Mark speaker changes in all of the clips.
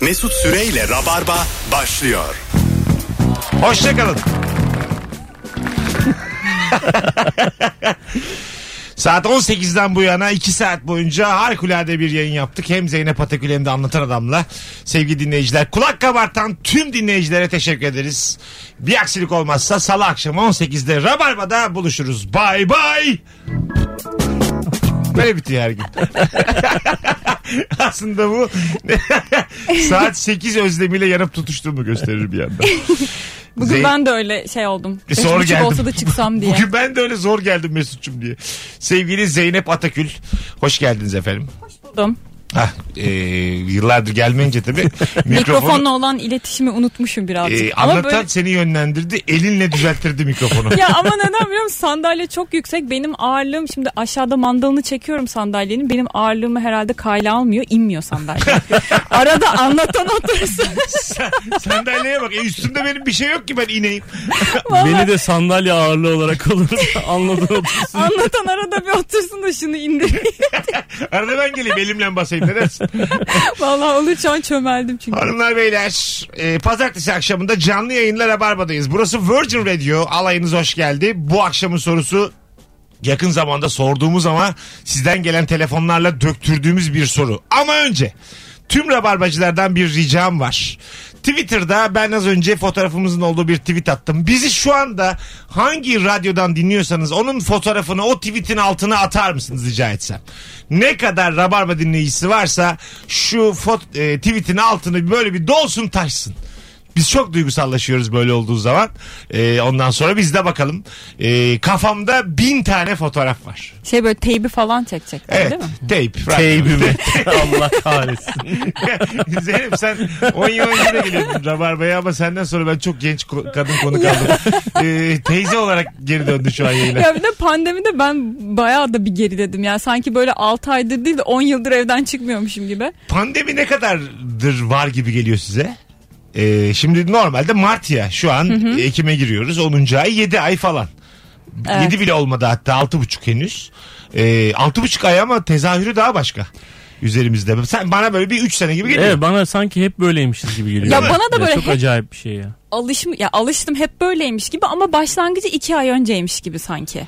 Speaker 1: Mesut Süreyle Rabarba başlıyor.
Speaker 2: Hoşçakalın. Saat 18'den bu yana 2 saat boyunca harikulade bir yayın yaptık. Hem Zeynep Atakül hem de Anlatan Adam'la. Sevgili dinleyiciler kulak kabartan tüm dinleyicilere teşekkür ederiz. Bir aksilik olmazsa salı akşam 18'de Rabarba'da buluşuruz. Bay bay. Böyle bitiyor her gün. Aslında bu saat 8 özlemiyle yanıp tutuştuğumu gösterir bir yandan.
Speaker 3: Bugün
Speaker 2: Zeyn-
Speaker 3: ben de öyle şey oldum.
Speaker 2: E,
Speaker 3: Üç
Speaker 2: sonra
Speaker 3: buçuk
Speaker 2: geldim.
Speaker 3: olsa da çıksam diye.
Speaker 2: Bugün ben de öyle zor geldim Mesut'cum diye. Sevgili Zeynep Atakül. Hoş geldiniz efendim.
Speaker 3: Buldum.
Speaker 2: Hah, e, yıllardır gelmeyince tabii mikrofonu
Speaker 3: Mikrofonla olan iletişimi unutmuşum birazcık.
Speaker 2: e,
Speaker 3: ama
Speaker 2: anlatan
Speaker 3: böyle...
Speaker 2: seni yönlendirdi. Elinle düzelttirdi mikrofonu.
Speaker 3: Ya ama neden biliyor musun? Sandalye çok yüksek. Benim ağırlığım şimdi aşağıda mandalını çekiyorum sandalyenin. Benim ağırlığımı herhalde kayla almıyor. inmiyor sandalye. Arada anlatan otursa.
Speaker 2: Sen- Sandalyeye bak. E, üstümde benim bir şey yok ki ben ineyim.
Speaker 3: Vallahi
Speaker 4: Beni de sandalye ağırlığı olarak alır. Anladın otursun.
Speaker 3: anlatan arada bir otursun da şunu indir.
Speaker 2: Arada ben geleyim elimle basayım. Ne dersin?
Speaker 3: Vallahi olur şu an çömeldim çünkü.
Speaker 2: Hanımlar beyler e, pazartesi akşamında canlı yayınla Rabarba'dayız. Burası Virgin Radio alayınız hoş geldi. Bu akşamın sorusu yakın zamanda sorduğumuz ama sizden gelen telefonlarla döktürdüğümüz bir soru. Ama önce tüm Rabarbacılardan bir ricam var. Twitter'da ben az önce fotoğrafımızın olduğu bir tweet attım. Bizi şu anda hangi radyodan dinliyorsanız onun fotoğrafını o tweetin altına atar mısınız rica etsem? Ne kadar Rabarba dinleyicisi varsa şu fot- e, tweetin altını böyle bir dolsun taşsın. Biz çok duygusallaşıyoruz böyle olduğu zaman. E, ondan sonra biz de bakalım. E, kafamda bin tane fotoğraf var.
Speaker 3: Şey böyle teybi falan çekecekler
Speaker 2: Evet.
Speaker 3: değil mi?
Speaker 2: Tape.
Speaker 4: Teybimi. Allah kahretsin.
Speaker 2: Zeynep sen 10 yıl önce de geliyordun Rabarba'ya ama senden sonra ben çok genç ko- kadın konuk aldım. Ee, teyze olarak geri döndü şu an yayına.
Speaker 3: Ya bir de pandemide ben bayağı da bir geriledim. Yani sanki böyle 6 aydır değil de 10 yıldır evden çıkmıyormuşum gibi.
Speaker 2: Pandemi ne kadardır var gibi geliyor size? Ee, şimdi normalde Mart ya şu an Ekim'e giriyoruz 10. ay 7 ay falan.
Speaker 3: Evet.
Speaker 2: 7 bile olmadı hatta 6,5 henüz. Ee, 6,5 ay ama tezahürü daha başka üzerimizde. Sen bana böyle bir 3 sene gibi geliyor.
Speaker 4: Evet E, bana sanki hep böyleymişiz gibi geliyor.
Speaker 3: Ya bana da böyle
Speaker 4: Çok
Speaker 3: hep-
Speaker 4: acayip bir şey ya.
Speaker 3: Alışım ya alıştım hep böyleymiş gibi ama başlangıcı 2 ay önceymiş gibi sanki.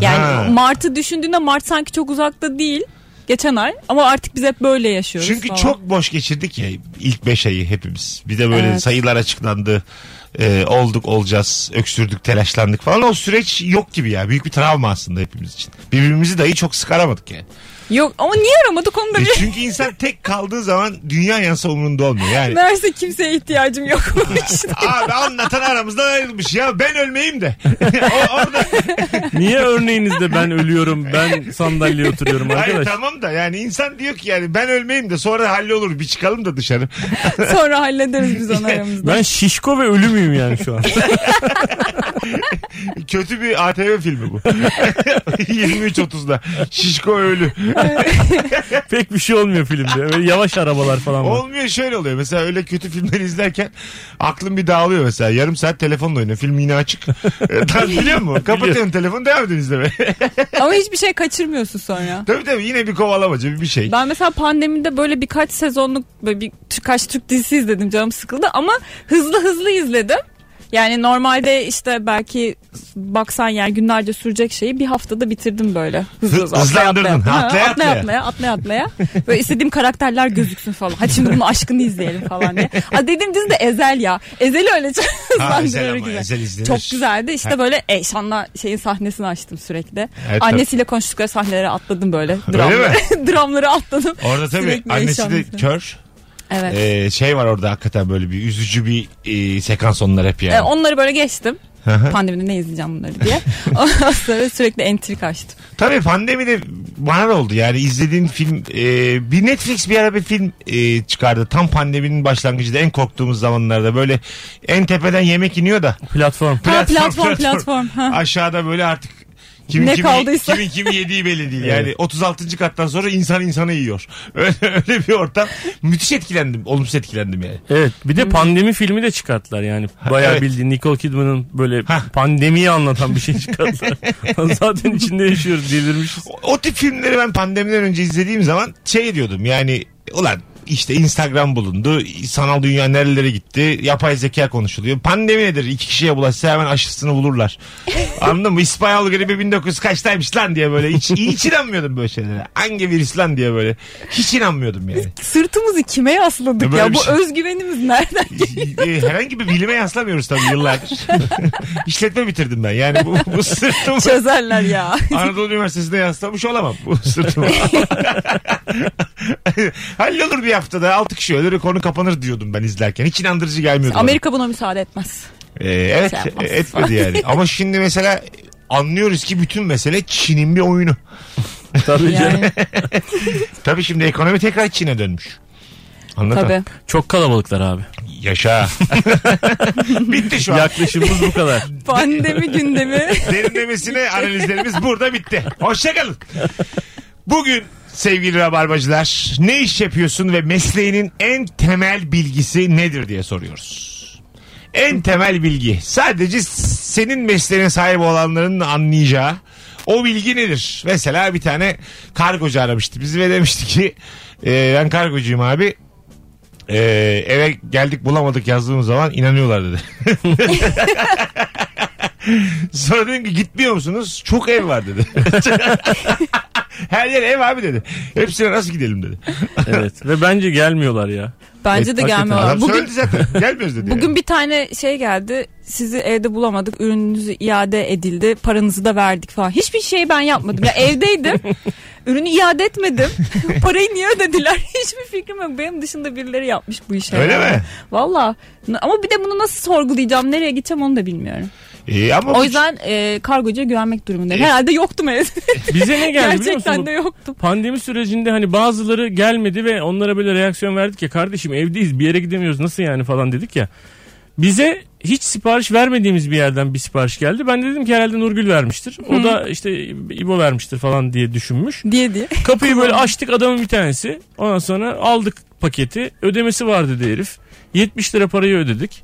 Speaker 3: Yani
Speaker 2: Ha.
Speaker 3: Mart'ı düşündüğünde Mart sanki çok uzakta değil. Geçen ay ama artık biz hep böyle yaşıyoruz.
Speaker 2: Çünkü
Speaker 3: falan.
Speaker 2: çok boş geçirdik ya ilk beş ayı hepimiz. Bir de böyle
Speaker 3: Evet.
Speaker 2: sayılar açıklandı. Ee, olduk olacağız öksürdük telaşlandık falan o süreç yok gibi ya büyük bir travma aslında hepimiz için birbirimizi dahi çok sık aramadık yani
Speaker 3: Yok ama niye aramadık onu da
Speaker 2: E
Speaker 3: bir...
Speaker 2: çünkü insan tek kaldığı zaman dünya yansa umurunda olmuyor yani
Speaker 3: Meğerse kimseye ihtiyacım yokmuş.
Speaker 2: abi anlatan aramızdan ayrılmış ya ben ölmeyeyim de o, orada
Speaker 4: Niye örneğinizde ben ölüyorum ben sandalyeye oturuyorum
Speaker 2: hayır
Speaker 4: arkadaş.
Speaker 2: tamam da yani insan diyor ki yani ben ölmeyeyim de sonra hallolur bir çıkalım da dışarı
Speaker 3: Sonra hallederiz biz onu aramızda.
Speaker 4: Ben şişko ve ölü müyüm yani şu an?
Speaker 2: kötü bir ATV filmi bu 23.30'da şişko ölü
Speaker 4: Pek bir şey olmuyor filmde. Böyle yavaş arabalar falan var.
Speaker 2: Olmuyor şöyle oluyor. Mesela öyle kötü filmleri izlerken aklım bir dağılıyor mesela. Yarım saat telefonla oynuyor. Film yine açık. E, tam biliyor musun? Kapatıyorsun telefonu devam ediyorsun izlemeye.
Speaker 3: ama hiçbir şey kaçırmıyorsun sonra.
Speaker 2: tabii tabii yine bir kovalamaca bir şey.
Speaker 3: Ben mesela pandemide böyle birkaç sezonluk böyle bir- birkaç Türk dizisi izledim canım sıkıldı ama hızlı hızlı izledim. Yani normalde işte belki baksan yani günlerce sürecek şeyi bir haftada bitirdim böyle. Hızlı hızlı atlaya
Speaker 2: Hızlandırdın.
Speaker 3: atlaya.
Speaker 2: Atlaya
Speaker 3: Atlaya
Speaker 2: atlaya.
Speaker 3: atlaya. atlaya atlaya atlaya. Böyle istediğim karakterler gözüksün falan. Hadi şimdi bunun aşkını izleyelim falan diye. Aa, dediğim dizi de Ezel ya. Ezel'i öyle çok
Speaker 2: Ha, Ezel
Speaker 3: hızlandırır
Speaker 2: ama,
Speaker 3: güzel.
Speaker 2: Ezel izlenir.
Speaker 3: Çok güzeldi. İşte
Speaker 2: Ha.
Speaker 3: böyle Eşan'la şeyin sahnesini açtım sürekli.
Speaker 2: Evet,
Speaker 3: Annesiyle konuştukları sahnelere atladım böyle.
Speaker 2: mi?
Speaker 3: Dramları, dramları atladım.
Speaker 2: Orada tabii
Speaker 3: Sürekli
Speaker 2: annesi de
Speaker 3: yaşanmış.
Speaker 2: kör.
Speaker 3: Evet.
Speaker 2: E, şey var orada hakikaten böyle bir üzücü bir e, sekans onlar hep yani.
Speaker 3: Ee, onları böyle geçtim.
Speaker 2: Hı hı.
Speaker 3: Pandemide ne izleyeceğim bunları diye. Ondan sonra sürekli entrik açtım.
Speaker 2: Tabii pandemide bana da oldu yani izlediğin film e, bir Netflix bir ara bir film e, çıkardı tam pandeminin başlangıcında en korktuğumuz zamanlarda böyle en tepeden yemek iniyor da
Speaker 4: Platform.
Speaker 3: Ha, platform, platform. Ha.
Speaker 2: Aşağıda böyle artık kimin
Speaker 3: Ne
Speaker 2: kimi,
Speaker 3: kaldıysa.
Speaker 2: kimin kimi yediği belli değil. Yani
Speaker 4: Evet.
Speaker 2: 36. kattan sonra insan insanı yiyor. Öyle, öyle bir ortam. Müthiş etkilendim. Olumsuz etkilendim yani.
Speaker 4: Evet bir de pandemi filmi de çıkarttılar yani. Bayağı
Speaker 2: evet.
Speaker 4: bildiğin Nicole Kidman'ın böyle
Speaker 2: Ha.
Speaker 4: pandemiyi anlatan bir şey çıkarttılar. Zaten içinde yaşıyoruz delirmişiz.
Speaker 2: O, o tip filmleri ben pandemiden önce izlediğim zaman şey diyordum yani ulan işte Instagram bulundu. Sanal dünya nerelere gitti. Yapay zeka konuşuluyor. Pandemi nedir? İki kişiye bulaşsa hemen aşısını bulurlar. Anladın mı? İspanyol gribi 1900 kaçtaymış lan diye böyle. Hiç, hiç inanmıyordum böyle şeylere. Hangi virüs lan diye böyle. Hiç inanmıyordum yani.
Speaker 3: Sırtımızı kime yasladık
Speaker 2: Böyle
Speaker 3: ya?
Speaker 2: bir
Speaker 3: Bu
Speaker 2: şey.
Speaker 3: özgüvenimiz nereden?
Speaker 2: E, herhangi bir bilime yaslamıyoruz tabii yıllardır. İşletme bitirdim ben. Yani bu, bu sırtımı
Speaker 3: Çözerler ya.
Speaker 2: Anadolu Üniversitesi'nde yaslamış olamam. Bu sırtıma. Hallolur bir haftada 6 kişi ölür konu kapanır diyordum ben izlerken. Hiç inandırıcı gelmiyordu. bana.
Speaker 3: Amerika buna müsaade etmez.
Speaker 2: Ee, evet
Speaker 3: Şey yapmaz.
Speaker 2: etmedi yani. Ama şimdi mesela anlıyoruz ki bütün mesele Çin'in bir oyunu.
Speaker 4: Tabii canım.
Speaker 3: Yani
Speaker 2: Tabii şimdi ekonomi tekrar Çin'e dönmüş. Anladın
Speaker 3: tabii.
Speaker 4: Çok kalabalıklar abi.
Speaker 2: Yaşa. Bitti şu an.
Speaker 4: Yaklaşımımız bu kadar.
Speaker 3: Pandemi gündemi.
Speaker 2: Derinlemesine analizlerimiz burada bitti. Hoşçakalın. Bugün sevgili rabarbacılar ne iş yapıyorsun ve mesleğinin en temel bilgisi nedir diye soruyoruz. En temel bilgi sadece senin mesleğine sahip olanların anlayacağı o bilgi nedir? Mesela bir tane kargocu aramıştı bizi ve demişti ki "E, ben kargocuyum abi E, eve geldik bulamadık yazdığımız zaman inanıyorlar dedi. Sonra dedim ki gitmiyor musunuz? Çok ev var dedi. Her yer ev abi dedi. Hepsine nasıl gidelim dedi.
Speaker 4: Evet. Ve bence gelmiyorlar ya.
Speaker 3: Bence de
Speaker 4: hakikaten
Speaker 3: gelmiyorlar.
Speaker 2: Adam
Speaker 3: Bugün
Speaker 2: söyledi zaten. Gelmiyoruz dedi.
Speaker 3: Bugün bir tane şey geldi. Sizi evde bulamadık. Ürününüzü iade edildi. Paranızı da verdik falan. Hiçbir şey ben yapmadım. Ya evdeydim. Ürünü iade etmedim. Parayı niye ödediler? Hiçbir fikrim yok. Benim dışında birileri yapmış bu işi.
Speaker 2: Öyle mi?
Speaker 3: Valla. Ama bir de bunu nasıl sorgulayacağım, nereye gideceğim onu da bilmiyorum.
Speaker 2: yani. Ee, ama
Speaker 3: O
Speaker 2: bu-
Speaker 3: yüzden e, kargocuya güvenmek durumundayım. Herhalde yoktum evde.
Speaker 4: Bize ne geldi biliyor musun?
Speaker 3: Gerçekten de
Speaker 4: Bu
Speaker 3: yoktum.
Speaker 4: Pandemi sürecinde hani bazıları gelmedi ve onlara böyle reaksiyon verdik ya kardeşim evdeyiz bir yere gidemiyoruz nasıl yani falan dedik ya. Bize hiç sipariş vermediğimiz bir yerden bir sipariş geldi. Ben de dedim ki herhalde Nurgül vermiştir. O da işte İbo vermiştir falan diye düşünmüş.
Speaker 3: Diye diye.
Speaker 4: Kapıyı böyle açtık adamın bir tanesi. Ondan sonra aldık paketi. Ödemesi var dedi herif. 70 lira parayı ödedik.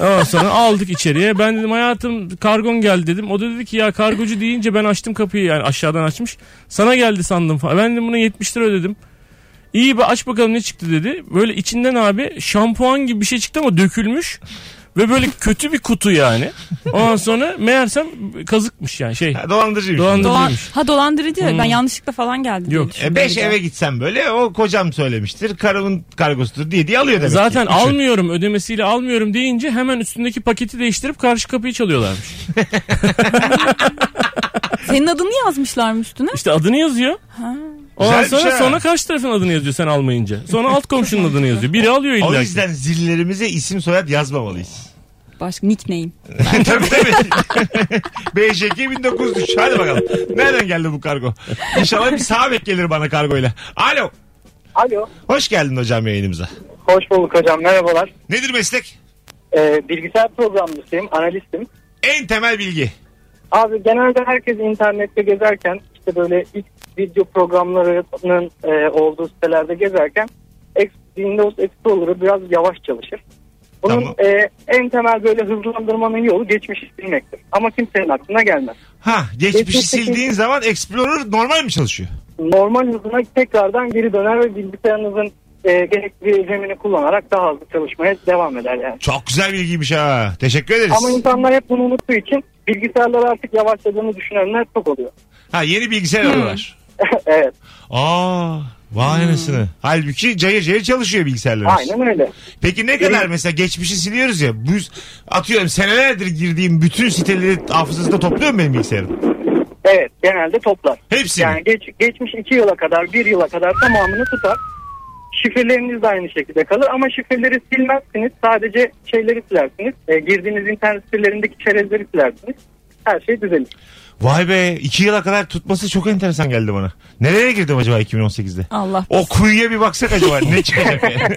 Speaker 4: Ondan sonra aldık içeriye. Ben dedim hayatım kargon geldi dedim. O da dedi ki ya kargocu deyince ben açtım kapıyı yani aşağıdan açmış. Sana geldi sandım falan. Ben dedim buna 70 lira ödedim. İyi be aç bakalım ne çıktı dedi. Böyle içinden abi şampuan gibi bir şey çıktı ama dökülmüş. Ve böyle kötü bir kutu yani. Ondan sonra meğersem kazıkmış yani şey.
Speaker 2: Ha, dolandırıcıymış.
Speaker 3: Dolan,
Speaker 4: Dolandır- Dolandırıcıymış.
Speaker 3: ha dolandırıcı. Ben
Speaker 4: Hmm.
Speaker 3: yanlışlıkla falan geldi. diye
Speaker 4: Yok.
Speaker 2: E,
Speaker 3: düşündüm
Speaker 2: beş
Speaker 3: bir şey de.
Speaker 2: eve gitsem böyle o kocam söylemiştir. Karımın kargosudur diye diye alıyor demek ki.
Speaker 4: Zaten
Speaker 2: Üçü.
Speaker 4: almıyorum ödemesiyle almıyorum deyince hemen üstündeki paketi değiştirip karşı kapıyı çalıyorlarmış.
Speaker 3: Senin adını yazmışlar mı üstüne?
Speaker 4: İşte adını yazıyor. Ondan
Speaker 2: Güzel bir
Speaker 4: sonra
Speaker 2: şey ha.
Speaker 4: sonra karşı tarafın adını yazıyor sen almayınca. Sonra alt komşunun adını yazıyor. Biri alıyor illa.
Speaker 2: O
Speaker 4: ki.
Speaker 2: yüzden zillerimize isim soyad yazmamalıyız.
Speaker 3: Başka nickname.
Speaker 2: tabii tabii. BJK 1903. Hadi bakalım. Nereden geldi bu kargo? İnşallah bir sağ bek gelir bana kargoyla. Alo.
Speaker 5: Alo.
Speaker 2: Hoş geldin hocam yayınımıza.
Speaker 5: Hoş bulduk hocam. Merhabalar.
Speaker 2: Nedir meslek?
Speaker 5: Ee, bilgisayar programcısıyım. Analistim.
Speaker 2: En temel bilgi.
Speaker 5: Abi genelde herkes internette gezerken işte böyle ilk video programlarının e, olduğu sitelerde gezerken Ex- Windows Explorer'ı biraz yavaş çalışır. Bunun
Speaker 2: Tamam.
Speaker 5: e, en temel böyle hızlandırmanın yolu geçmişi silmektir. Ama kimsenin aklına gelmez.
Speaker 2: Ha geçmişi
Speaker 5: Geçmişteki-
Speaker 2: sildiğin zaman Explorer normal mi çalışıyor?
Speaker 5: Normal hızına tekrardan geri döner ve bilgisayarınızın e, gerekli RAM'ini kullanarak daha hızlı çalışmaya devam eder yani.
Speaker 2: Çok güzel bilgiymiş ha. Teşekkür ederiz.
Speaker 5: Ama insanlar hep bunu unuttuğu için bilgisayarlar artık yavaşladığını düşünenler çok oluyor.
Speaker 2: Ha yeni bilgisayar
Speaker 5: Hmm.
Speaker 2: alıyorlar.
Speaker 5: evet.
Speaker 2: Aa vay anasını. Halbuki cayır cayır çalışıyor bilgisayarlarımız.
Speaker 5: Hmm. Aynen öyle.
Speaker 2: Peki ne kadar mesela geçmişi siliyoruz ya. Bu, atıyorum senelerdir girdiğim bütün siteleri hafızasında topluyor mu benim bilgisayarım?
Speaker 5: Evet genelde toplar.
Speaker 2: Hepsini.
Speaker 5: Yani geç, geçmiş 2 yıla kadar 1 yıla kadar tamamını tutar. Şifreleriniz de aynı şekilde kalır ama şifreleri silmezsiniz. Sadece şeyleri silersiniz. E, girdiğiniz internet sitelerindeki çerezleri silersiniz. Her şey düzelir.
Speaker 2: Vay be iki yıla kadar tutması çok enteresan geldi bana. Nereye girdim acaba 2018'de?
Speaker 3: Allah.
Speaker 2: O kuyuya bir baksak acaba ne çıkacak yani?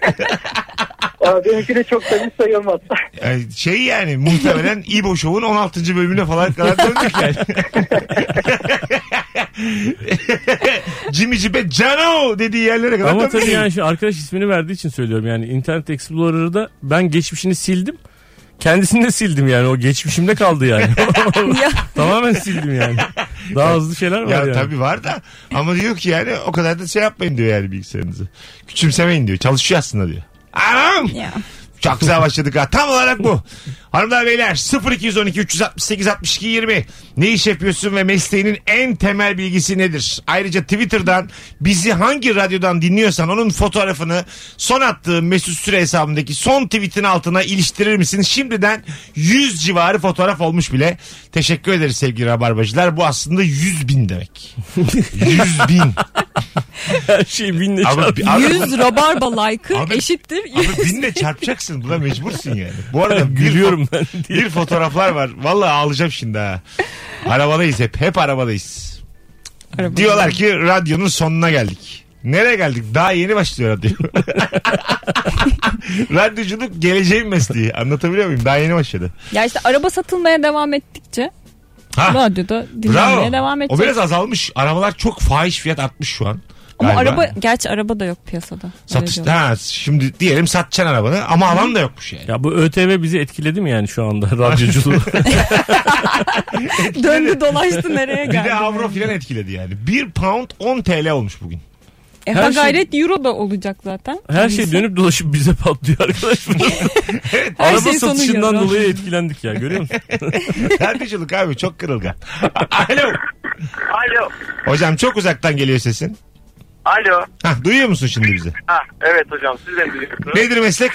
Speaker 5: Aa, Benimki de çok da bir sayılmaz.
Speaker 2: Yani şey yani muhtemelen İbo Show'un 16. bölümüne falan kadar döndük yani. Jimmy Cipe Cano dediği yerlere kadar
Speaker 4: Ama
Speaker 2: döndük.
Speaker 4: tabii yani şu arkadaş ismini verdiği için söylüyorum yani Internet Explorer'da ben geçmişini sildim. Kendisini de sildim yani o geçmişimde kaldı yani.
Speaker 3: Ya,
Speaker 4: Tamamen sildim yani. Daha hızlı şeyler var
Speaker 2: Ya
Speaker 4: yani.
Speaker 2: tabii var da ama diyor ki yani o kadar da şey yapmayın diyor yani bilgisayarınızı. Küçümsemeyin diyor. Çalışıyor aslında diyor. Anam!
Speaker 3: Ya.
Speaker 2: Çok güzel başladık ha. Tam olarak bu. Hanımlar beyler 0212 368 62 20 ne iş yapıyorsun ve mesleğinin en temel bilgisi nedir? Ayrıca Twitter'dan bizi hangi radyodan dinliyorsan onun fotoğrafını son attığım Mesut Süre hesabındaki son tweetin altına iliştirir misin? Şimdiden 100 civarı fotoğraf olmuş bile. Teşekkür ederiz sevgili rabarbacılar. Bu aslında 100 bin demek. 100 bin.
Speaker 4: Her şey binle
Speaker 2: Ama,
Speaker 4: çarpıyor.
Speaker 2: ama-
Speaker 3: 100 rabarba like'ı
Speaker 2: Abi-
Speaker 3: eşittir.
Speaker 2: Abi binle çarpacaksın. Buna mecbursun yani. Bu arada bir
Speaker 4: Gülüyorum ben.
Speaker 2: Bir fotoğraflar var. Vallahi ağlayacağım şimdi ha. Arabadayız hep. Hep arabadayız.
Speaker 3: Araba.
Speaker 2: Diyorlar ki radyonun sonuna geldik. Nereye geldik? Daha yeni başlıyor radyo. Radyoculuk geleceğin mesleği. Anlatabiliyor muyum? Daha yeni başladı.
Speaker 3: Ya işte araba satılmaya devam ettikçe
Speaker 2: Ha,
Speaker 3: radyoda
Speaker 2: Ah,
Speaker 3: dinlenmeye
Speaker 2: bravo.
Speaker 3: devam edecek.
Speaker 2: O biraz azalmış. Arabalar çok fahiş fiyat artmış şu an.
Speaker 3: Ama
Speaker 2: Galiba.
Speaker 3: araba gerçi araba da yok piyasada. Öyle
Speaker 2: Satış,
Speaker 3: diyorlar.
Speaker 2: ha, şimdi diyelim satacaksın arabanı ama alan da yokmuş yani.
Speaker 4: Ya bu ÖTV bizi etkiledi mi yani şu anda radyoculuğu?
Speaker 3: Döndü dolaştı nereye
Speaker 2: Bir
Speaker 3: geldi.
Speaker 2: de avro filan etkiledi yani. 1 pound 10 TL olmuş bugün.
Speaker 3: E,
Speaker 4: Her
Speaker 3: ha
Speaker 4: şey-
Speaker 3: gayret euro da olacak zaten.
Speaker 4: Her şey dönüp dolaşıp bize patlıyor arkadaşlar.
Speaker 3: Her şey
Speaker 4: Araba
Speaker 3: şeyin sonu
Speaker 4: satışından
Speaker 3: yarın.
Speaker 4: dolayı etkilendik ya görüyor musun?
Speaker 2: Radyoculuk abi çok kırılgan. Alo.
Speaker 6: Alo.
Speaker 2: Hocam çok uzaktan geliyor sesin.
Speaker 6: Alo.
Speaker 2: Hah, duyuyor musun şimdi bizi?
Speaker 6: Ha, evet hocam siz de mi duyuyorsunuz?
Speaker 2: Nedir meslek?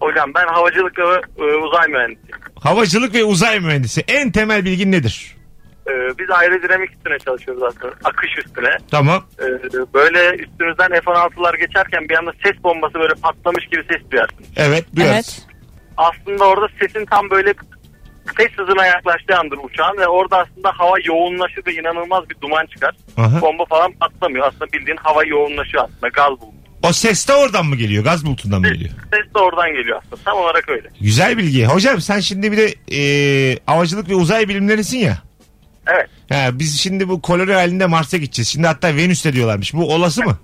Speaker 6: Hocam ben havacılık ve e, uzay mühendisiyim.
Speaker 2: Havacılık ve uzay mühendisi. En temel bilgin nedir?
Speaker 6: E,
Speaker 5: Ee,
Speaker 6: biz aerodinamik üstüne çalışıyoruz aslında. Akış üstüne.
Speaker 2: Tamam.
Speaker 5: Ee,
Speaker 6: E, böyle üstünüzden F-16'lar geçerken bir anda ses bombası böyle patlamış gibi ses duyarsınız.
Speaker 2: Evet duyarız.
Speaker 3: Evet.
Speaker 6: Aslında orada sesin tam böyle ses hızına yaklaştığı andır uçağın ve orada aslında hava yoğunlaşır ve inanılmaz bir duman çıkar.
Speaker 2: Aha.
Speaker 6: Bomba falan patlamıyor. Aslında bildiğin hava yoğunlaşıyor aslında. Gaz bulunuyor.
Speaker 2: O ses de oradan mı geliyor? Gaz bulutundan mı geliyor?
Speaker 6: Ses de oradan geliyor aslında. Tam olarak öyle.
Speaker 2: Güzel bilgi. Hocam sen şimdi bir de e, havacılık ve uzay bilimlerisin ya.
Speaker 6: Evet.
Speaker 2: Ha, biz şimdi bu koloni halinde Mars'a gideceğiz. Şimdi hatta Venüs'te diyorlarmış. Bu olası mı?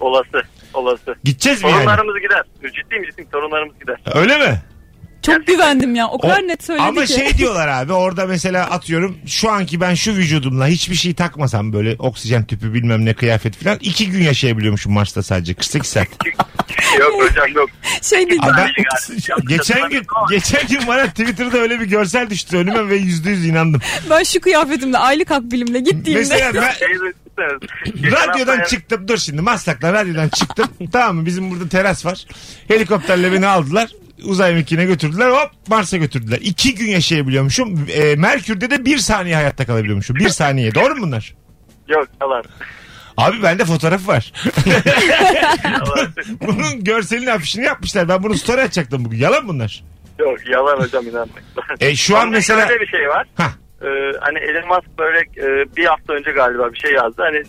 Speaker 6: Olası. Olası.
Speaker 2: Gideceğiz mi yani?
Speaker 6: Torunlarımız gider. Ciddiyim ciddiyim torunlarımız gider.
Speaker 2: Öyle mi?
Speaker 3: Çok güvendim ya. O kadar
Speaker 2: O-
Speaker 3: net söyledi
Speaker 2: Ama
Speaker 3: ki.
Speaker 2: şey diyorlar abi orada mesela atıyorum şu anki ben şu vücudumla hiçbir şey takmasam böyle oksijen tüpü bilmem ne kıyafet falan iki gün yaşayabiliyormuşum Mars'ta sadece 48 saat.
Speaker 6: yok hocam yok.
Speaker 3: şey dedi.
Speaker 2: Abi ben-
Speaker 6: Yani,
Speaker 2: geçen gün geçen gün bana Twitter'da öyle bir görsel düştü önüme ve yüzde yüz inandım.
Speaker 3: Ben şu kıyafetimle aylık akbilimle gittiğimde
Speaker 2: Mesela ben
Speaker 6: şey,
Speaker 2: radyodan
Speaker 6: çık.
Speaker 2: çıktım dur şimdi Maslak'la radyodan çıktım tamam mı bizim burada teras var helikopterle beni aldılar uzay mekiğine götürdüler hop Mars'a götürdüler. İki gün yaşayabiliyormuşum. E, Merkür'de de bir saniye hayatta kalabiliyormuşum. Bir saniye. Doğru mu bunlar?
Speaker 6: Yok yalan.
Speaker 2: Abi bende fotoğrafı var. Bunun görselini afişini yapmışlar. Ben bunu story atacaktım bugün. Yalan bunlar.
Speaker 6: Yok yalan hocam inanmayın.
Speaker 2: E şu an
Speaker 6: Ama
Speaker 2: mesela
Speaker 6: Şöyle bir şey var.
Speaker 2: Hah.
Speaker 6: Ee, hani Elon Musk böyle e, bir hafta önce galiba bir şey yazdı. Hani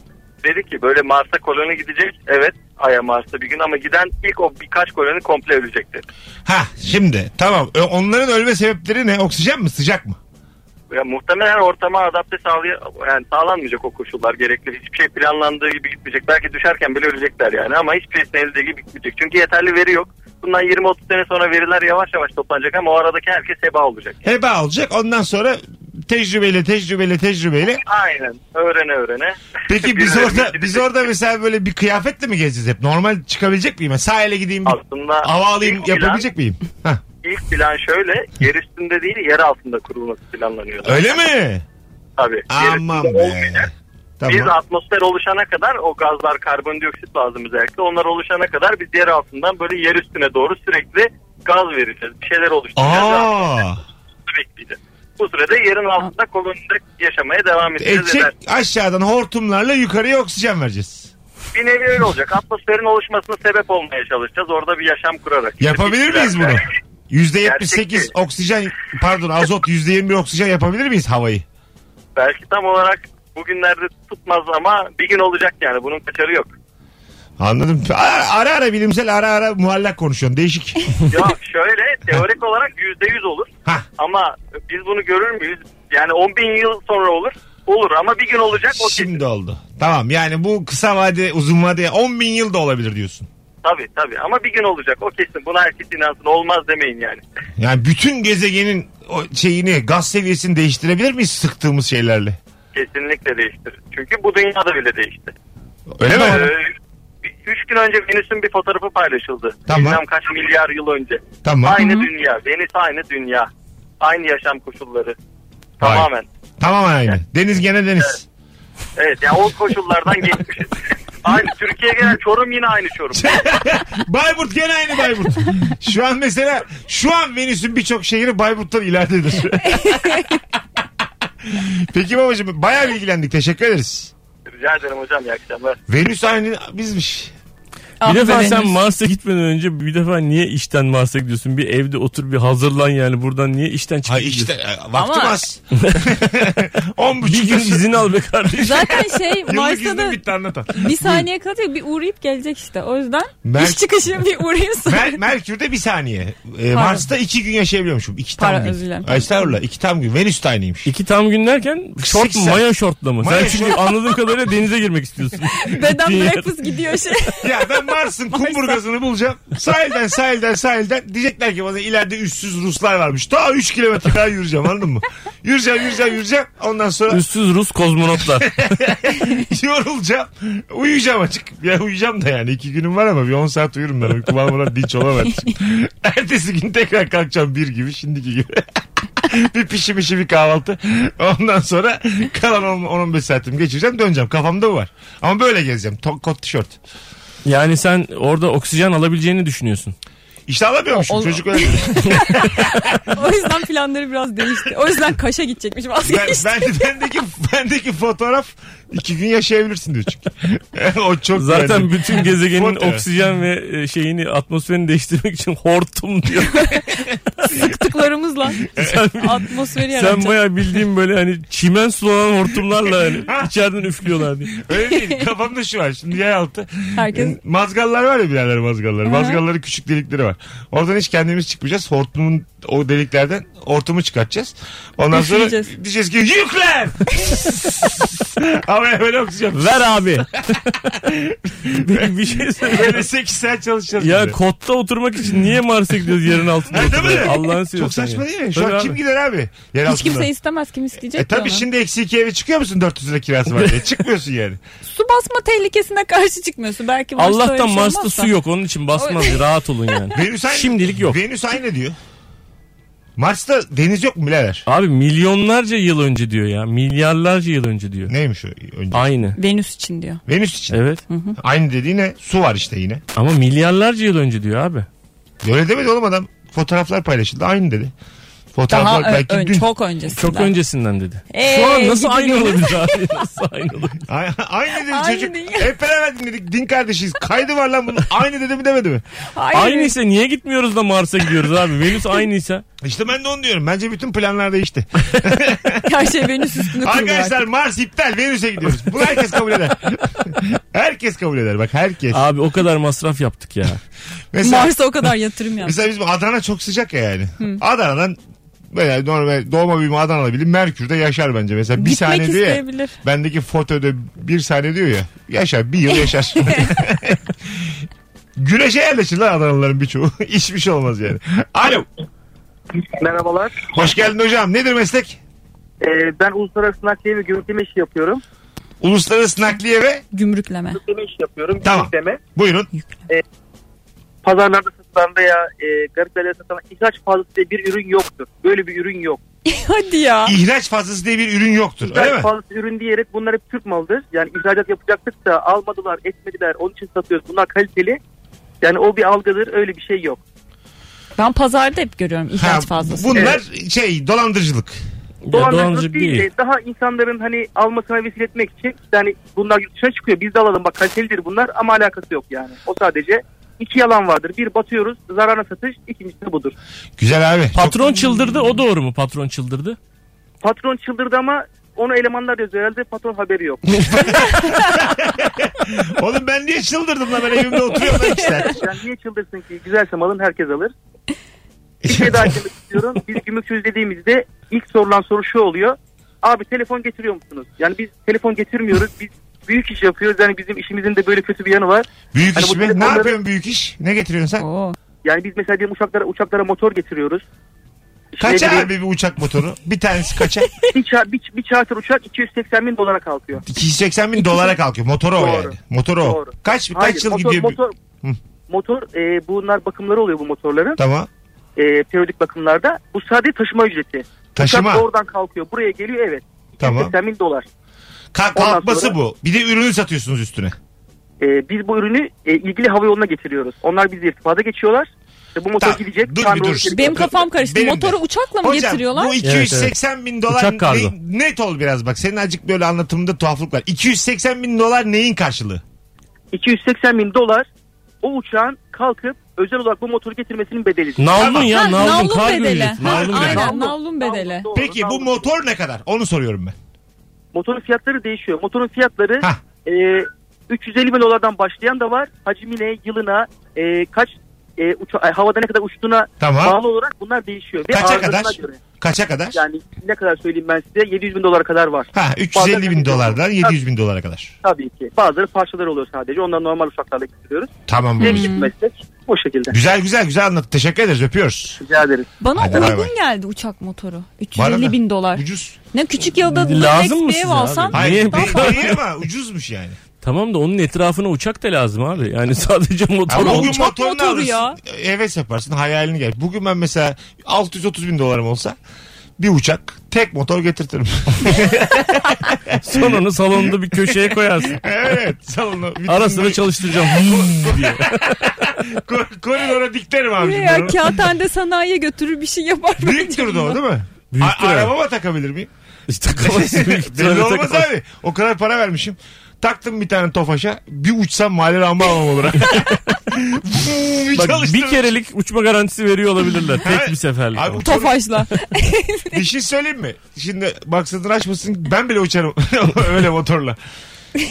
Speaker 6: dedi ki böyle Mars'a koloni gidecek. Evet Ay'a Mars'a bir gün ama giden ilk o birkaç koloni komple ölecekti.
Speaker 2: ha şimdi tamam. E, onların ölme sebepleri ne? Oksijen mi, sıcak mı?
Speaker 6: Ya muhtemelen ortama adapte sağlay yani sağlanmayacak o koşullar gerekli. Hiçbir şey planlandığı gibi gitmeyecek. Belki düşerken bile ölecekler yani ama hiçbir şeyin elde gibi gitmeyecek. Çünkü yeterli veri yok. Bundan 20-30 sene sonra veriler yavaş yavaş toplanacak ama o aradaki herkes heba olacak.
Speaker 2: Heba olacak. Ondan sonra tecrübeyle tecrübeyle tecrübeyle.
Speaker 6: Aynen. Öğrene öğrene.
Speaker 2: Peki biz
Speaker 6: Birileri
Speaker 2: orada
Speaker 6: bir- şey.
Speaker 2: biz orada mesela böyle bir kıyafetle mi gezeceğiz hep? Normal çıkabilecek miyim? Ben Sahile gideyim bir
Speaker 6: aslında
Speaker 2: hava alayım
Speaker 6: ilk
Speaker 2: yapabilecek miyim? Hah.
Speaker 6: Plan, ilk plan şöyle. Yer üstünde değil yer altında kurulması planlanıyor.
Speaker 2: Öyle mi?
Speaker 6: Tabii. yer
Speaker 2: Aman
Speaker 6: üstünde
Speaker 2: be.
Speaker 6: olmayacak.
Speaker 2: Tamam.
Speaker 6: Biz atmosfer oluşana kadar o gazlar karbondioksit lazım özellikle. Onlar oluşana kadar biz yer altından böyle yer üstüne doğru sürekli gaz vereceğiz. Bir şeyler oluşturacağız. Aa.
Speaker 2: Aa.
Speaker 6: Bekleyeceğiz. Bu sürede yerin altında kolonide yaşamaya
Speaker 2: E,
Speaker 6: devam edeceğiz.
Speaker 2: Edecek
Speaker 6: eder.
Speaker 2: aşağıdan hortumlarla yukarıya oksijen vereceğiz.
Speaker 6: Bir nevi öyle olacak. Atmosferin oluşmasına sebep olmaya çalışacağız. Orada bir yaşam kurarak. İşte
Speaker 2: Yapabilir miyiz bunu?
Speaker 6: bitkilerle.
Speaker 2: Yüzde
Speaker 6: Gerçek
Speaker 2: %78
Speaker 6: mi?
Speaker 2: oksijen pardon azot yüzde %21 oksijen yapabilir miyiz havayı?
Speaker 6: Belki tam olarak bugünlerde tutmaz ama bir gün olacak yani. Bunun kaçarı yok.
Speaker 2: Anladım. Ara ara, ara bilimsel ara ara muallak konuşuyorsun. Değişik.
Speaker 6: ya şöyle teorik olarak %100 olur.
Speaker 2: Hah.
Speaker 6: Ama biz bunu görür müyüz? Yani 10 bin yıl sonra olur. Olur ama bir gün olacak o kesin.
Speaker 2: Şimdi oldu. Tamam yani bu kısa vade uzun vade 10 bin yıl da olabilir diyorsun.
Speaker 6: Tabii tabii ama bir gün olacak o kesin. Buna herkes inansın olmaz demeyin yani.
Speaker 2: Yani bütün gezegenin o şeyini gaz seviyesini değiştirebilir miyiz sıktığımız şeylerle?
Speaker 6: Kesinlikle değiştir. Çünkü bu dünyada bile değişti.
Speaker 2: Öyle mi?
Speaker 6: Ee, bir- üç gün önce Venüs'ün bir fotoğrafı paylaşıldı.
Speaker 2: Tamam.
Speaker 6: Bilmem kaç milyar yıl önce.
Speaker 2: Tamam.
Speaker 6: Aynı dünya. Venüs aynı dünya. Aynı yaşam koşulları.
Speaker 2: Vay.
Speaker 6: Tamamen.
Speaker 2: Tamamen aynı. Deniz gene deniz.
Speaker 6: Evet ya o koşullardan geçmişiz. aynı Türkiye'ye gelen Çorum yine aynı Çorum.
Speaker 2: Bayburt gene aynı Bayburt. Şu an mesela şu an Venüs'ün birçok şehri Bayburt'tan ileridedir. Peki babacığım bayağı bilgilendik. Teşekkür ederiz.
Speaker 6: Rica ederim hocam iyi akşamlar.
Speaker 2: Venüs aynı bizmiş.
Speaker 3: Ah
Speaker 4: Bir
Speaker 3: be
Speaker 4: defa sen
Speaker 3: Deniz.
Speaker 4: Mars'a gitmeden önce bir defa niye işten Mars'a gidiyorsun? Bir evde otur bir hazırlan yani buradan niye işten çıkıp
Speaker 2: Ay
Speaker 4: gidiyorsun?
Speaker 2: işte e, vaktim
Speaker 3: Ama-
Speaker 2: az. On
Speaker 4: Bir
Speaker 2: buçuk yıl-
Speaker 4: gün izin al be kardeşim.
Speaker 3: Zaten şey
Speaker 2: Yıllık iznim
Speaker 3: Mars'ta da
Speaker 2: bitti anlatan.
Speaker 3: bir saniye kalacak bir uğrayıp gelecek işte. O yüzden
Speaker 2: Mer-
Speaker 3: iş çıkışı bir uğrayayım sonra.
Speaker 2: Mer- Merkür'de bir saniye. Ee, Mars'ta iki gün yaşayabiliyormuşum. İki tam
Speaker 3: Pardon,
Speaker 2: gün.
Speaker 3: özür dilerim.
Speaker 2: Ay, Estağfurullah iki tam gün. Venüs de aynıymış.
Speaker 4: İki tam gün derken şort
Speaker 2: Seksen.
Speaker 4: maya şortlama.
Speaker 2: Maya
Speaker 4: sen çünkü
Speaker 2: şort.
Speaker 4: anladığım kadarıyla denize girmek istiyorsun.
Speaker 3: Beden
Speaker 4: Dünya-
Speaker 3: breakfast gidiyor şey.
Speaker 2: ya ben Mars'ın kumburgazını bulacağım. Sahilden sahilden sahilden. Diyecekler ki bana ileride üstsüz Ruslar varmış. Daha 3 kilometre daha yürüyeceğim anladın mı? Yürüyeceğim yürüyeceğim yürüyeceğim. Ondan sonra
Speaker 4: Üstsüz Rus kozmonotlar.
Speaker 2: yorulacağım. Uyuyacağım açık. Ya uyuyacağım da yani. iki günüm var ama bir 10 saat uyurum ben. Uykum almadan dinç olamam. Ertesi gün tekrar kalkacağım bir gibi şimdiki gibi. bir pişim işi bir kahvaltı. Ondan sonra kalan 10-15 saatimi geçireceğim döneceğim. Kafamda bu var. Ama böyle gezeceğim. Ton, kot tişört.
Speaker 4: Yani sen orada oksijen alabileceğini düşünüyorsun.
Speaker 2: İşte alamıyormuşum.
Speaker 3: O- o-
Speaker 2: Çocuk öyle.
Speaker 3: O yüzden planları biraz değişti. O yüzden Kaş'a gidecekmiş
Speaker 2: Ben,
Speaker 3: vazgeçti.
Speaker 2: ben, bendeki, bendeki fotoğraf iki gün yaşayabilirsin diyor çünkü. o çok
Speaker 4: Zaten
Speaker 2: beğendim.
Speaker 4: bütün gezegenin
Speaker 2: Fotoğraf.
Speaker 4: oksijen ve e, şeyini atmosferini değiştirmek için hortum diyor.
Speaker 3: Tıklarımızla
Speaker 4: sen
Speaker 3: atmosferi
Speaker 4: sen
Speaker 3: yaratacak.
Speaker 4: baya bildiğin böyle hani çimen sulanan hortumlarla hani içeriden üflüyorlar diye.
Speaker 2: Öyle değil. Kafamda şu var. Şimdi yay altı.
Speaker 3: Herkes
Speaker 2: Mazgallar var ya birader mazgallar. Mazgalların küçük delikleri var. Oradan hiç kendimiz çıkmayacağız. Hortumun o deliklerden hortumu çıkartacağız. Ondan sonra
Speaker 3: Üfleyeceğiz.
Speaker 2: diyeceğiz ki yüklen. Havaya böyle oksijen.
Speaker 4: Ver abi. bir, bir şey söyle.
Speaker 2: Böyle 8 saat çalışacağız.
Speaker 4: Ya
Speaker 2: böyle.
Speaker 4: kotta oturmak için niye Mars'a gidiyoruz yerin altında?
Speaker 2: Ha, değil mi?
Speaker 4: oturuyoruz? Allah'ını seviyorsun.
Speaker 2: Çok saçma
Speaker 4: ya.
Speaker 2: değil mi? Şu
Speaker 4: Tabii
Speaker 2: an
Speaker 4: abi.
Speaker 2: kim gider abi? Yer
Speaker 3: hiç kimse
Speaker 2: altında.
Speaker 3: isteyemez kim isteyecek
Speaker 2: E
Speaker 3: ki
Speaker 2: tabii
Speaker 3: ona?
Speaker 2: şimdi eksi iki eve çıkıyor musun 400 lira kirası var diye. Çıkmıyorsun yani.
Speaker 3: Su basma tehlikesine karşı çıkmıyorsun. Belki Mars'ta öyle bir
Speaker 4: Allah'tan
Speaker 3: şey
Speaker 4: Mars'ta
Speaker 3: olmazsa.
Speaker 4: su yok onun için basmaz rahat olun yani.
Speaker 2: Venüs aynı,
Speaker 4: Şimdilik yok.
Speaker 2: Venüs aynı diyor. Mars'ta deniz yok mu birader?
Speaker 4: Abi milyonlarca yıl önce diyor ya. Milyarlarca yıl önce diyor.
Speaker 2: Neymiş o önce?
Speaker 4: Aynı.
Speaker 3: Venüs için diyor.
Speaker 2: Venüs için.
Speaker 4: Evet.
Speaker 2: Aynı dediğine su var işte yine.
Speaker 4: Ama milyarlarca yıl önce diyor abi.
Speaker 2: Öyle demedi oğlum adam. Fotoğraflar paylaşıldı aynı dedi.
Speaker 3: Daha
Speaker 2: Fotoğraflar
Speaker 3: ö-
Speaker 2: belki
Speaker 3: ön-
Speaker 2: dün.
Speaker 3: çok öncesinden.
Speaker 4: Çok öncesinden dedi.
Speaker 3: Ee,
Speaker 4: Şu an nasıl
Speaker 3: gidi
Speaker 4: aynı
Speaker 3: gidi.
Speaker 4: olabilir abi? Nasıl aynı olabilir?
Speaker 2: A- aynı dedi
Speaker 3: Aynı
Speaker 2: çocuk.
Speaker 3: değil.
Speaker 2: Hep beraber dinledik. Din kardeşiyiz. Kaydı var lan bunun. Aynı dedi mi demedi mi?
Speaker 3: Hayır.
Speaker 4: Aynıysa niye gitmiyoruz da Mars'a gidiyoruz abi? Venüs aynıysa.
Speaker 2: İşte ben de onu diyorum. Bence bütün planlar değişti.
Speaker 3: Her şey Venüs üstünde kurulu
Speaker 2: Arkadaşlar
Speaker 3: artık.
Speaker 2: Mars iptal. Venüs'e gidiyoruz. Bunu herkes kabul eder. herkes kabul eder. Bak herkes.
Speaker 4: Abi o kadar masraf yaptık ya.
Speaker 2: Mesela,
Speaker 3: Mars'a o kadar yatırım yap.
Speaker 2: mesela bizim Adana çok sıcak ya yani. Adana'dan böyle normal doğma büyüme Adana'da bilin Merkür'de yaşar bence. Mesela bir
Speaker 3: Gitmek
Speaker 2: saniye diyor ya.
Speaker 3: isteyebilir.
Speaker 2: Bendeki fotoda bir saniye diyor ya. Yaşar bir yıl yaşar. Güneşe yerleşir lan Adanalıların birçoğu. Hiçbir şey olmaz yani. Alo.
Speaker 5: Merhabalar.
Speaker 2: Hoş geldin hocam. Nedir meslek?
Speaker 5: Ee, ben uluslararası nakliye ve gümrükleme işi yapıyorum.
Speaker 2: Uluslararası nakliye ve
Speaker 3: Gümrükleme.
Speaker 5: Gümrükleme işi yapıyorum.
Speaker 2: Tamam.
Speaker 5: Gümrükleme.
Speaker 2: buyurun.
Speaker 5: Pazarlarda satılan veya e, garip yerlerde satılan ihraç fazlası diye bir ürün yoktur. Böyle bir ürün yok.
Speaker 3: Hadi ya.
Speaker 2: İhraç fazlası diye bir ürün yoktur. Öyle
Speaker 5: İhraç
Speaker 2: mi?
Speaker 5: fazlası ürün diyerek bunlar hep Türk malıdır. Yani ihracat yapacaktık da almadılar, etmediler. Onun için satıyoruz. Bunlar kaliteli. Yani o bir algıdır. Öyle bir şey yok.
Speaker 3: Ben pazarda hep görüyorum
Speaker 2: Ha,
Speaker 3: ihraç fazlası.
Speaker 2: bunlar şey dolandırıcılık.
Speaker 4: Ya
Speaker 5: Dolandırıcılık
Speaker 4: dolandırıcı
Speaker 5: değil, de daha insanların hani almasına vesile etmek için işte hani bunlar yurt dışına çıkıyor biz de alalım bak kalitelidir bunlar ama alakası yok yani. O sadece iki yalan vardır. Bir batıyoruz zararına satış ikincisi de budur.
Speaker 2: Güzel abi.
Speaker 4: Patron çıldırdı o doğru mu? Patron çıldırdı.
Speaker 5: Patron çıldırdı ama onu elemanlar yazıyor herhalde patron haberi yok.
Speaker 2: Oğlum ben niye çıldırdım lan ben evimde oturuyorum lan iki saat.
Speaker 5: Yani niye çıldırsın ki güzelse malın herkes alır. Bir şey daha eklemek istiyorum. Biz gümrükçüyüz dediğimizde ilk sorulan soru şu oluyor. Abi telefon getiriyor musunuz? Yani biz telefon getirmiyoruz. Biz büyük iş yapıyoruz. Yani bizim işimizin de böyle kötü bir yanı var.
Speaker 2: Büyük
Speaker 5: Hani
Speaker 2: iş
Speaker 5: bu
Speaker 2: mi? Ne
Speaker 5: telefonları-
Speaker 2: yapıyorsun büyük iş? Ne getiriyorsun sen?
Speaker 3: Oo.
Speaker 5: Yani biz mesela diyelim uçaklara, uçaklara motor getiriyoruz. Şey
Speaker 2: Kaça
Speaker 5: Ne bileyim.
Speaker 2: abi bir uçak motoru? Bir tanesi kaça?
Speaker 5: Bir, ça- bir, bir charter uçak 280 bin dolara kalkıyor.
Speaker 2: 280 bin dolara kalkıyor. Motoru o
Speaker 5: Doğru.
Speaker 2: yani. Motoru o.
Speaker 5: Doğru.
Speaker 2: Kaç,
Speaker 5: Hayır,
Speaker 2: kaç yıl
Speaker 5: motor,
Speaker 2: gidiyor? bir-
Speaker 5: Motor,
Speaker 2: Hı.
Speaker 5: motor e, bunlar bakımları oluyor bu motorların.
Speaker 2: Tamam.
Speaker 5: E, periyodik bakımlarda. Bu sadece taşıma ücreti.
Speaker 2: Taşıma.
Speaker 5: Uçak oradan kalkıyor. Buraya geliyor evet.
Speaker 2: Tamam.
Speaker 5: 80 bin dolar.
Speaker 2: Ka-
Speaker 5: Ondan
Speaker 2: kalkması
Speaker 5: sonra-
Speaker 2: bu. Bir de ürünü satıyorsunuz üstüne.
Speaker 5: E, biz bu ürünü e, ilgili hava yoluna getiriyoruz. Onlar bizi irtifada geçiyorlar. İşte bu motor
Speaker 2: Tamam,
Speaker 5: gidecek.
Speaker 2: dur bir
Speaker 5: kargo
Speaker 2: dur.
Speaker 5: gidecek.
Speaker 3: Benim kafam karıştı.
Speaker 2: Benim de.
Speaker 3: Motoru uçakla mı
Speaker 2: Hocam
Speaker 3: getiriyorlar?
Speaker 2: bu 280 bin dolar
Speaker 4: Uçak kargo.
Speaker 2: neyin- net ol biraz bak. Senin acık böyle anlatımında tuhaflık var. 280 bin dolar neyin karşılığı?
Speaker 5: 280 bin dolar o uçağın kalkıp özel olarak bu motoru getirmesinin bedeli.
Speaker 4: Navlun ya
Speaker 3: Ha,
Speaker 4: navlun kargo
Speaker 3: bedeli. Ha,
Speaker 4: ücreti. Navlun bedeli.
Speaker 3: aynen navlun bedeli.
Speaker 5: Doğru,
Speaker 2: Peki bu
Speaker 5: navlun.
Speaker 2: motor ne kadar? Onu soruyorum ben.
Speaker 5: Motorun fiyatları değişiyor. Motorun fiyatları
Speaker 2: Hah.
Speaker 5: e, 350 bin dolardan başlayan da var. Hacmine, yılına, e, kaç e, uça- e, havada ne kadar uçtuğuna
Speaker 2: Tamam.
Speaker 5: bağlı olarak bunlar değişiyor. Ve
Speaker 2: Kaça
Speaker 5: ağırlığına
Speaker 2: kadar?
Speaker 5: Göre.
Speaker 2: Kaça kadar?
Speaker 5: Yani ne kadar söyleyeyim ben size 700 bin dolara kadar var.
Speaker 2: Ha 350 bin dolardan 700 bin dolara kadar.
Speaker 5: Tabii ki. Bazıları parçalar oluyor sadece. Onları normal uçaklarla getiriyoruz.
Speaker 2: Tamam
Speaker 5: Hmm.
Speaker 2: babacığım.
Speaker 5: meslek o şekilde.
Speaker 2: Güzel güzel güzel anlat. Teşekkür ederiz. Öpüyoruz.
Speaker 5: Rica ederiz.
Speaker 3: Bana
Speaker 2: Hadi bay
Speaker 3: uygun
Speaker 2: bay.
Speaker 3: geldi uçak motoru.
Speaker 2: Bana da.
Speaker 3: 350 bin dolar.
Speaker 2: Ucuz.
Speaker 3: Ne küçük yılda Lex
Speaker 4: Lazım mı
Speaker 3: bir ev
Speaker 4: size
Speaker 3: alsan.
Speaker 4: abi?
Speaker 2: Hayır
Speaker 4: Niye?
Speaker 2: değil, değil ama ucuzmuş yani.
Speaker 4: Tamam da onun etrafına uçak da lazım abi. Yani sadece motor
Speaker 2: Ama
Speaker 4: ol-
Speaker 2: bugün
Speaker 3: uçak
Speaker 2: motorunu
Speaker 3: motoru
Speaker 2: alırsın.
Speaker 3: ya.
Speaker 2: Heves yaparsın hayalini gel. Bugün ben mesela 630 bin dolarım olsa bir uçak tek motor getirtirim.
Speaker 4: Sen onu salonda bir köşeye koyarsın.
Speaker 2: evet salonu. bütün
Speaker 4: Ara sıra
Speaker 2: bu-
Speaker 4: çalıştıracağım. diye.
Speaker 2: kor- koridora diklerim abi.
Speaker 3: Buraya ya, kağıthanede sanayiye götürür bir şey yapar.
Speaker 2: Büyük
Speaker 3: bence
Speaker 2: durdu o
Speaker 3: bunu.
Speaker 2: değil mi?
Speaker 4: Büyük
Speaker 2: A-
Speaker 4: dur abi.
Speaker 2: arabama takabilir miyim?
Speaker 4: İşte kafası büyük.
Speaker 2: Belli
Speaker 4: Trafik
Speaker 2: olmaz
Speaker 4: kafası.
Speaker 2: abi. O kadar para vermişim. Taktım bir tane tofaşa. Bir uçsam mali ramba almam olur. Vuuu, bir
Speaker 4: Bak
Speaker 2: çalıştırırım.
Speaker 4: bir kerelik uçma garantisi veriyor olabilirler.
Speaker 2: Ha,
Speaker 4: Tek bir seferlik.
Speaker 2: abi uç-
Speaker 3: Tofaşla.
Speaker 2: Bir şey söyleyeyim mi? Şimdi maksadını açmasın ben bile uçarım öyle motorla.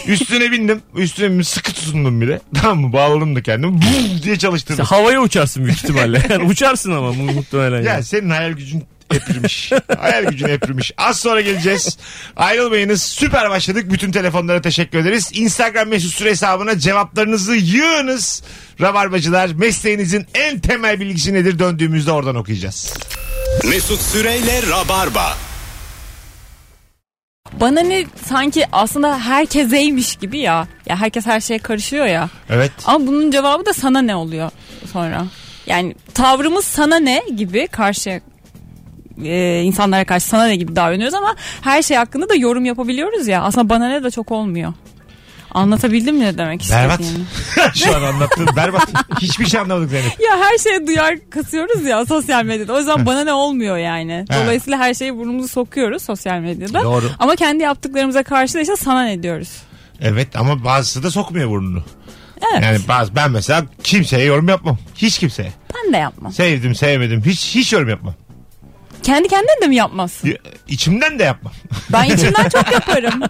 Speaker 2: Üstüne bindim. Üstüne bindim. Sıkı tutundum bile. Tamam mı? Bağladım da kendimi. Vuv diye
Speaker 4: Sen
Speaker 2: çalıştırdım.
Speaker 4: havaya uçarsın büyük ihtimalle. Yani uçarsın ama mu- muhtemelen.
Speaker 2: Ya
Speaker 4: Yani.
Speaker 2: senin hayal gücün eprimiş. hayal gücün eprimiş. Az sonra geleceğiz. Ayrılmayınız. Süper başladık. Bütün telefonlara teşekkür ederiz. Instagram mesut süre hesabına cevaplarınızı yığınız. Rabarbacılar mesleğinizin en temel bilgisi nedir? Döndüğümüzde oradan okuyacağız.
Speaker 1: Mesut Süreyle Rabarba.
Speaker 3: Bana ne sanki aslında herkeseymiş gibi ya. Ya herkes her şeye karışıyor ya.
Speaker 2: Evet.
Speaker 3: Ama bunun cevabı da sana ne oluyor sonra? Yani tavrımız sana ne gibi karşı e, insanlara karşı sana ne gibi davranıyoruz ama her şey hakkında da yorum yapabiliyoruz ya. Aslında bana ne de çok olmuyor. Anlatabildim mi ne demek
Speaker 2: Berbat.
Speaker 3: istediğimi?
Speaker 2: Şu an anlattığın berbat. Hiçbir şey anlamadık Zeynep.
Speaker 3: Ya her şeye duyar kasıyoruz ya sosyal medyada. O yüzden bana ne olmuyor yani.
Speaker 2: Ha.
Speaker 3: Dolayısıyla her şeyi burnumuzu sokuyoruz sosyal medyada.
Speaker 2: Doğru.
Speaker 3: Ama kendi yaptıklarımıza karşı da işte sana ne diyoruz.
Speaker 2: Evet ama bazısı da sokmuyor burnunu.
Speaker 3: Evet.
Speaker 2: Yani bazı ben mesela kimseye yorum yapmam. Hiç kimseye.
Speaker 3: Ben de yapmam.
Speaker 2: Sevdim sevmedim hiç hiç yorum yapmam.
Speaker 3: Kendi kendine de mi yapmazsın?
Speaker 2: Y- İçimden de yapmam.
Speaker 3: Ben içimden çok yaparım.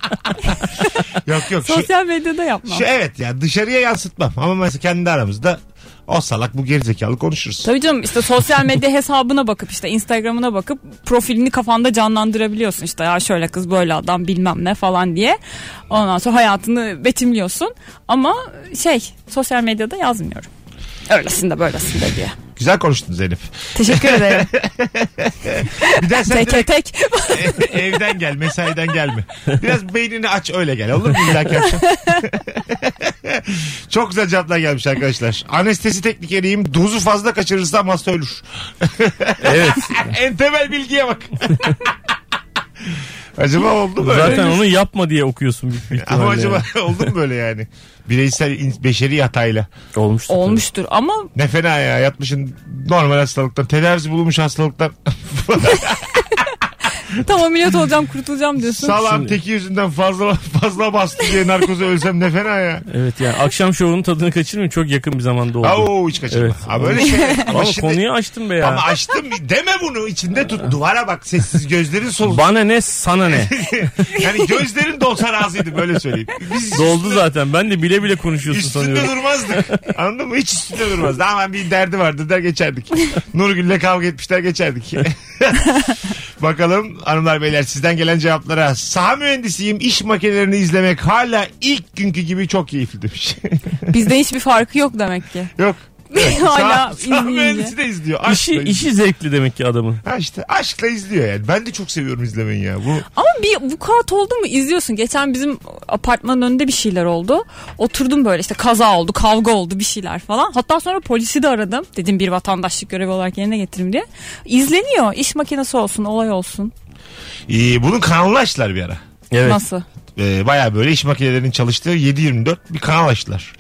Speaker 2: yok yok. Şu,
Speaker 3: Sosyal medyada yapmam.
Speaker 2: şu evet ya dışarıya yansıtmam ama mesela kendi aramızda o salak bu gerizekalı konuşuruz.
Speaker 3: Tabii canım işte sosyal medya hesabına bakıp işte Instagram'ına bakıp profilini kafanda canlandırabiliyorsun işte ya şöyle kız böyle adam bilmem ne falan diye. Ondan sonra hayatını betimliyorsun ama şey sosyal medyada yazmıyorum. Öylesinde böylesinde diye.
Speaker 2: Güzel konuştun Zeynep.
Speaker 3: Teşekkür ederim.
Speaker 2: Bir daha sen
Speaker 3: Teke
Speaker 2: direkt
Speaker 3: tek.
Speaker 2: e- evden gel mesaiden gelme. Biraz beynini aç öyle gel olur mu? Bir dahaki akşam? Çok güzel cevaplar gelmiş arkadaşlar. Anestezi teknikeriyim. Dozu fazla kaçırırsam hasta ölür.
Speaker 4: Evet.
Speaker 2: en temel bilgiye bak. acaba oldu mu öyle?
Speaker 4: Zaten onu yapma diye okuyorsun büyük bir ihtimalle.
Speaker 2: Ama acaba
Speaker 4: yani.
Speaker 2: oldu mu böyle yani? Bireysel in- beşeri hatayla.
Speaker 4: Olmuştur. tabii.
Speaker 3: Olmuştur ama
Speaker 2: Ne fena ya yatmışın normal hastalıktan. Tedavisi bulunmuş hastalıktan.
Speaker 3: tam ameliyat olacağım kurtulacağım diyorsun.
Speaker 2: Salam
Speaker 4: Şimdi-
Speaker 2: teki yüzünden fazla fazla bastı diye narkoza ölsem ne fena ya.
Speaker 4: Evet yani akşam şovunun tadını kaçırmayın çok yakın bir zamanda oldu.
Speaker 2: Oo hiç kaçırma.
Speaker 4: Evet.
Speaker 2: Abi öyle şey. Ama,
Speaker 4: Ama
Speaker 2: şimdi-
Speaker 4: konuyu açtım be ya.
Speaker 2: ama açtım deme bunu içinde tut duvara bak sessiz gözlerin soldu.
Speaker 4: Bana ne sana ne.
Speaker 2: Yani gözlerin dolsa razıydı böyle söyleyeyim. Biz
Speaker 4: Doldu zaten. Ben de bile bile konuşuyorsun
Speaker 2: Üstünde
Speaker 4: sanıyorum.
Speaker 2: durmazdık. Anladın mı? Hiç üstünde durmazdı. Ama bir derdi vardı der geçerdik. Nurgül'le kavga etmişler geçerdik. Bakalım hanımlar beyler sizden gelen cevaplara. Saha mühendisiyim. iş makinelerini izlemek hala ilk günkü gibi çok keyifli demiş.
Speaker 3: Bizde hiçbir farkı yok demek ki.
Speaker 2: Yok.
Speaker 3: Hala
Speaker 2: Sağ, sağ
Speaker 3: izleyince.
Speaker 2: mühendisi de izliyor.
Speaker 4: İşi,
Speaker 2: Aşkla
Speaker 4: işi zevkli demek ki adamın.
Speaker 2: Ha işte aşkla izliyor yani. Ben de çok seviyorum izlemeyi ya. Bu
Speaker 3: Ama bir vukuat oldu mu izliyorsun. Geçen bizim apartmanın önünde bir şeyler oldu. Oturdum böyle işte kaza oldu, kavga oldu bir şeyler falan. Hatta sonra polisi de aradım. Dedim bir vatandaşlık görevi olarak yerine getireyim diye. İzleniyor. İş makinesi olsun, olay olsun.
Speaker 2: Ee, bunu kanalını açtılar bir ara.
Speaker 4: Evet.
Speaker 3: Nasıl?
Speaker 2: Ee, Baya böyle iş makinelerinin çalıştığı 7-24 bir kanal açtılar.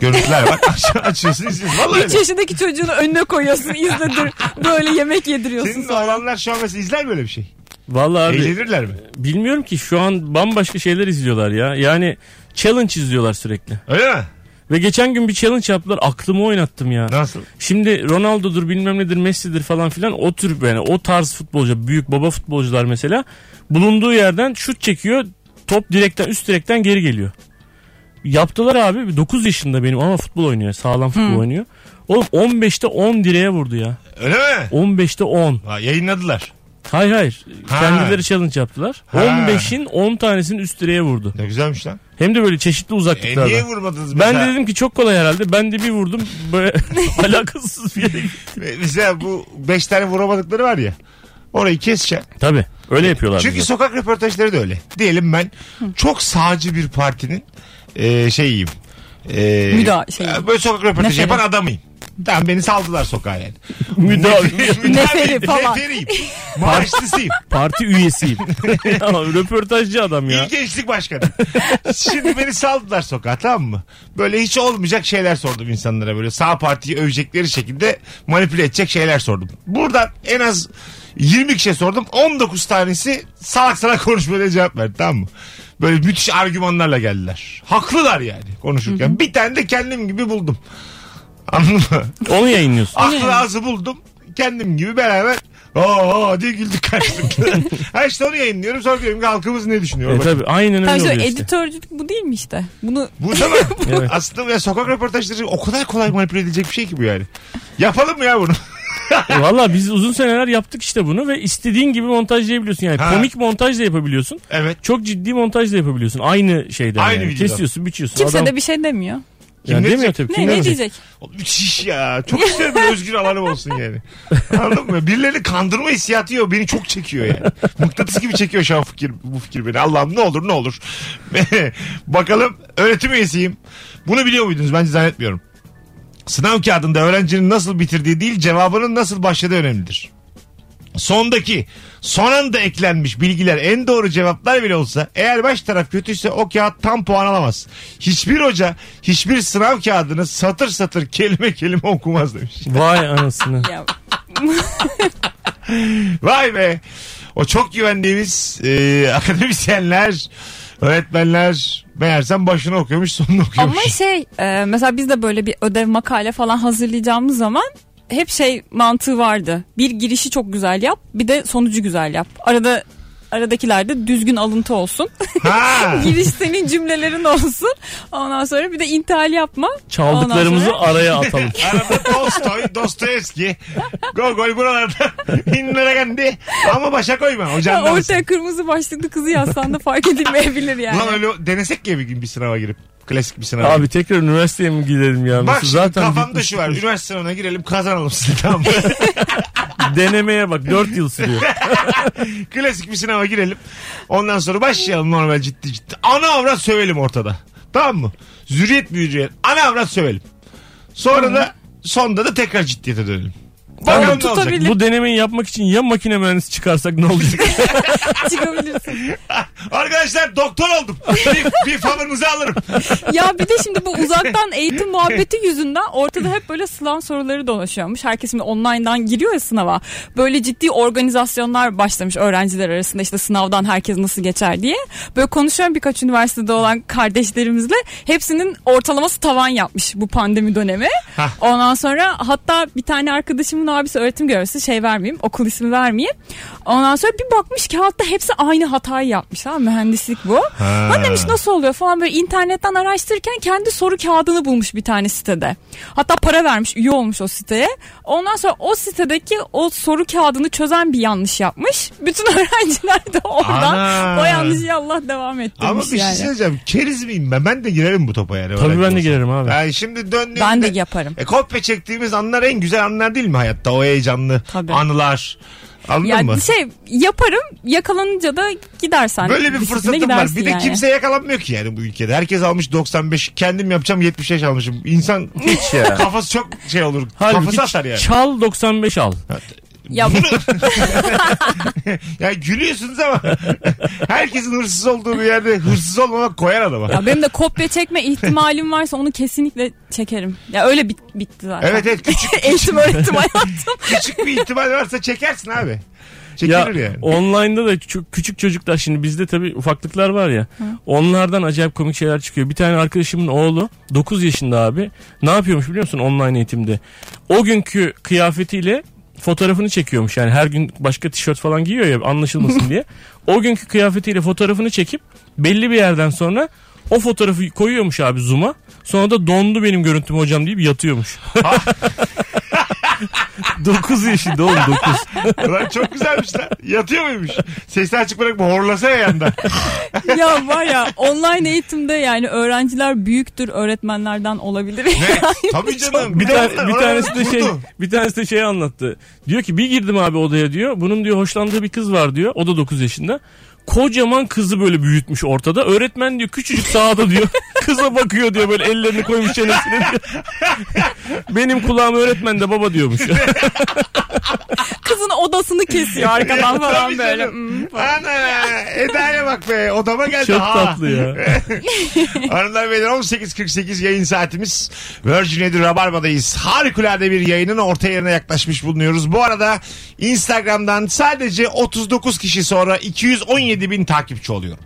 Speaker 2: Görüntüler var. Aç, açıyorsun izliyorsun. Vallahi öyle.
Speaker 3: 3 yaşındaki çocuğunu önüne koyuyorsun, izledir. Böyle yemek yediriyorsun
Speaker 2: Senin
Speaker 3: sonra.
Speaker 2: oğlanlar şu an mesela izler böyle bir şey.
Speaker 4: Vallahi abi
Speaker 2: Eğlenirler mi?
Speaker 4: bilmiyorum ki şu an bambaşka şeyler izliyorlar ya. Yani challenge izliyorlar sürekli.
Speaker 2: Öyle mi?
Speaker 4: Ve geçen gün bir challenge yaptılar aklımı oynattım ya.
Speaker 2: Nasıl?
Speaker 4: Şimdi Ronaldo'dur bilmem nedir Messi'dir falan filan o tür yani o tarz futbolcu büyük baba futbolcular mesela bulunduğu yerden şut çekiyor top direkten üst direkten geri geliyor. Yaptılar abi 9 yaşında benim ama futbol oynuyor sağlam futbol oynuyor. Oğlum 15'te 10 direğe vurdu ya.
Speaker 2: Öyle mi?
Speaker 4: 15'te 10.
Speaker 2: Ha, yayınladılar.
Speaker 4: Hayır hayır.
Speaker 2: Ha.
Speaker 4: Kendileri challenge yaptılar.
Speaker 2: Ha.
Speaker 4: 15'in 10 tanesini üst direğe vurdu.
Speaker 2: Ne güzelmiş lan.
Speaker 4: Hem de böyle çeşitli
Speaker 2: E,
Speaker 4: uzaklıklardan.
Speaker 2: niye vurmadınız
Speaker 4: ben
Speaker 2: mesela?
Speaker 4: de dedim ki çok kolay herhalde. Ben de bir vurdum. Böyle alakasız bir yere
Speaker 2: E, Mesela bu 5 tane vuramadıkları var ya. Orayı keseceğim.
Speaker 4: Tabii. Öyle yapıyorlar.
Speaker 2: Çünkü
Speaker 4: bize.
Speaker 2: sokak röportajları da öyle. Diyelim ben çok sağcı bir partinin e, şeyiyim. E,
Speaker 3: Müda- şeyi.
Speaker 2: e, Böyle sokak röportajı
Speaker 3: Neferi.
Speaker 2: yapan adamıyım. Tamam beni saldılar sokağa yani.
Speaker 4: Müdavim.
Speaker 3: Neferi falan.
Speaker 2: Neferiyim. Maaşlısıyım.
Speaker 4: Parti üyesiyim. ya, röportajcı adam ya.
Speaker 2: İl Gençlik Başkanı. Şimdi beni saldılar sokağa tamam mı? Böyle hiç olmayacak şeyler sordum insanlara böyle. Sağ partiyi övecekleri şekilde manipüle edecek şeyler sordum. Buradan en az 20 kişiye sordum. 19 tanesi salak salak konuşmaya cevap verdi tamam mı? Böyle müthiş argümanlarla geldiler. Haklılar yani konuşurken. Bir tane de kendim gibi buldum. Anladın mı?
Speaker 4: Onu yayınlıyorsun.
Speaker 2: Aklı ağzı buldum. Kendim gibi beraber Oo diye güldük karşılıklı. ha işte onu yayınlıyorum. Sonra diyorum ki halkımız ne düşünüyor?
Speaker 4: E
Speaker 2: Bakın.
Speaker 4: tabii aynen öyle
Speaker 3: Tamam, şöyle
Speaker 4: oluyor işte.
Speaker 3: editörcülük bu değil mi işte? Bunu
Speaker 2: Bu değil mi?
Speaker 4: Evet.
Speaker 2: Aslında ya sokak röportajları o kadar kolay manipüle edilecek bir şey ki bu yani. Yapalım mı ya bunu?
Speaker 4: E, Valla biz uzun seneler yaptık işte bunu ve istediğin gibi montajlayabiliyorsun. Yani
Speaker 2: Ha.
Speaker 4: komik montaj da yapabiliyorsun.
Speaker 2: Evet.
Speaker 4: Çok ciddi montaj da yapabiliyorsun. Aynı şeyden
Speaker 2: Aynı
Speaker 4: yani.
Speaker 2: videodan.
Speaker 4: Kesiyorsun, biçiyorsun.
Speaker 3: kimse
Speaker 4: Adam-
Speaker 3: de bir şey demiyor.
Speaker 4: Ya
Speaker 2: Kim ne
Speaker 4: demiyor
Speaker 2: diyecek?
Speaker 4: tabii.
Speaker 3: Ne,
Speaker 4: Kim
Speaker 3: ne
Speaker 4: diyecek?
Speaker 3: diyecek?
Speaker 2: Oğlum Müthiş ya. Çok isterim bir özgür alanım olsun yani. Anladın mı? Birileri kandırma hissiyatı yok. Beni çok çekiyor yani. Mıknatıs gibi çekiyor şu an fikir, bu fikir beni. Allah'ım ne olur ne olur. Bakalım öğretim üyesiyim. Bunu biliyor muydunuz? Bence zannetmiyorum. Sınav kağıdında öğrencinin nasıl bitirdiği değil cevabının nasıl başladığı önemlidir. Sondaki son anda eklenmiş bilgiler en doğru cevaplar bile olsa eğer baş taraf kötüyse o kağıt tam puan alamaz. Hiçbir hoca hiçbir sınav kağıdını satır satır kelime kelime okumaz demiş.
Speaker 4: Vay anasını.
Speaker 3: Ya,
Speaker 2: Vay be o çok güvendiğimiz e, akademisyenler öğretmenler meğersem başını okuyormuş sonunu okuyormuş.
Speaker 3: Ama şey e, mesela biz de böyle bir ödev makale falan hazırlayacağımız zaman hep şey mantığı vardı. Bir girişi çok güzel yap bir de sonucu güzel yap. Arada aradakilerde düzgün alıntı olsun.
Speaker 2: Ha.
Speaker 3: Giriş senin cümlelerin olsun. Ondan sonra bir de intihal yapma.
Speaker 4: Çaldıklarımızı
Speaker 3: Ondan sonra-
Speaker 4: araya atalım.
Speaker 2: Arada Tolstoy, Dostoyevski, Gogol buralarda inlere geldi ama başa koyma. Hocam
Speaker 3: Ya ortaya kırmızı başlıklı kızı yazsan da fark edilmeyebilir yani.
Speaker 2: Ulan öyle denesek ya bir gün bir sınava girip. Klasik bir sınava.
Speaker 4: Abi tekrar üniversiteye mi gidelim
Speaker 2: Bak
Speaker 4: ya? Mesut?
Speaker 2: şimdi
Speaker 4: Zaten
Speaker 2: kafamda
Speaker 4: bitmiş.
Speaker 2: şu var. Üniversite sınavına girelim kazanalım sizi tamam mı?
Speaker 4: Denemeye bak 4 yıl sürüyor.
Speaker 2: Klasik bir sınava girelim. Ondan sonra başlayalım normal ciddi ciddi. Ana avrat sövelim ortada. Tamam mı? Zürriyet büyücüye ana avrat sövelim. Sonra da sonda da tekrar ciddiyete dönelim. Bakalım ne olacak.
Speaker 3: tutabilir.
Speaker 4: Bu denemeyi yapmak için ya makine mühendisi çıkarsak ne olacak?
Speaker 3: Çıkabilirsin.
Speaker 2: Arkadaşlar doktor oldum. bir, bir favınızı alırım.
Speaker 3: Ya bir de şimdi bu uzaktan eğitim muhabbeti yüzünden ortada hep böyle sınav soruları dolaşıyormuş. Herkes şimdi online'dan giriyor ya sınava. Böyle ciddi organizasyonlar başlamış öğrenciler arasında işte sınavdan herkes nasıl geçer diye. Böyle konuşuyorum birkaç üniversitede olan kardeşlerimizle. Hepsinin ortalaması tavan yapmış bu pandemi dönemi. Ondan sonra hatta bir tane arkadaşımın abisi öğretim görevlisi şey vermeyeyim okul ismi vermeyeyim. Ondan sonra bir bakmış kağıtta hepsi aynı hatayı yapmış ha mühendislik bu.
Speaker 2: Ha.
Speaker 3: Lan demiş nasıl oluyor falan böyle internetten araştırırken kendi soru kağıdını bulmuş bir tane sitede. Hatta para vermiş üye olmuş o siteye. Ondan sonra o sitedeki o soru kağıdını çözen bir yanlış yapmış. Bütün öğrenciler de oradan
Speaker 2: Ana.
Speaker 3: o yanlışı Allah devam ettirmiş
Speaker 2: Ama bir şey
Speaker 3: yani.
Speaker 2: söyleyeceğim. Keriz miyim ben? Ben de girerim bu topa yani.
Speaker 4: Tabii
Speaker 2: öğrenci
Speaker 4: ben de
Speaker 2: olsam.
Speaker 4: girerim abi.
Speaker 2: Yani şimdi döndüğümde...
Speaker 3: Ben de yaparım.
Speaker 2: E, kopya çektiğimiz anlar en güzel anlar değil mi hayatta? O heyecanlı
Speaker 3: Tabii.
Speaker 2: anılar. Anladın
Speaker 3: Yani
Speaker 2: mı?
Speaker 3: şey yaparım yakalanınca da gidersen.
Speaker 2: Böyle bir fırsatım var. Bir de
Speaker 3: yani.
Speaker 2: kimse yakalanmıyor ki yani bu ülkede. Herkes almış 95. Kendim yapacağım 75 almışım. İnsan
Speaker 4: Hiç ya.
Speaker 2: kafası çok şey olur. kafası atar yani.
Speaker 4: Çal 95 al.
Speaker 3: Ya
Speaker 2: Ya gülüyorsunuz ama herkesin hırsız olduğu bir yerde hırsız olmamak koyar adama.
Speaker 3: Ya benim de kopya çekme ihtimalim varsa onu kesinlikle çekerim. Ya öyle bit- bitti zaten.
Speaker 2: Evet evet küçük,
Speaker 3: Eğitim öğretim hayatım.
Speaker 2: küçük bir ihtimal varsa çekersin abi.
Speaker 4: Ya
Speaker 2: Çekilir yani.
Speaker 4: online'da da çok küçük çocuklar şimdi bizde tabii ufaklıklar var ya. Onlardan acayip komik şeyler çıkıyor. Bir tane arkadaşımın oğlu 9 yaşında abi. Ne yapıyormuş biliyor musun online eğitimde? O günkü kıyafetiyle fotoğrafını çekiyormuş. Yani her gün başka tişört falan giyiyor ya anlaşılmasın diye. O günkü kıyafetiyle fotoğrafını çekip belli bir yerden sonra o fotoğrafı koyuyormuş abi Zoom'a. Sonra da dondu benim görüntüm hocam deyip yatıyormuş.
Speaker 2: Ah.
Speaker 4: 9 yaşında oğlum 9.
Speaker 2: Ulan çok güzelmiş lan. Yatıyor muymuş? Sesi açık bırakma horlasa ya yanda.
Speaker 3: ya var ya online eğitimde yani öğrenciler büyüktür öğretmenlerden olabilir. Yani
Speaker 2: Tabii
Speaker 3: çok-
Speaker 2: canım.
Speaker 4: bir,
Speaker 2: de
Speaker 4: tane-
Speaker 2: onlar-
Speaker 4: bir
Speaker 2: onlar
Speaker 4: tanesi de şey
Speaker 2: mutlu.
Speaker 4: bir tanesi de şey anlattı. Diyor ki bir girdim abi odaya diyor. Bunun diyor hoşlandığı bir kız var diyor. O da 9 yaşında. Kocaman kızı böyle büyütmüş ortada. Öğretmen diyor küçücük sağda diyor. Kıza bakıyor diyor böyle ellerini koymuş çenesine diyor. Benim kulağım öğretmen de baba diyormuş.
Speaker 3: Kızın odasını kesiyor arkadan
Speaker 2: Tabii
Speaker 3: falan böyle.
Speaker 2: canım.
Speaker 3: Hmm.
Speaker 2: Ana Eda'ya bak be odama geldi.
Speaker 4: Çok
Speaker 2: ha.
Speaker 4: tatlı ya.
Speaker 2: Hanımlar beyler 18.48 yayın saatimiz. Virgin Radio Rabarba'dayız. Harikulade bir yayının orta yerine yaklaşmış bulunuyoruz. Bu arada Instagram'dan sadece 39 kişi sonra 217 bin takipçi oluyorum.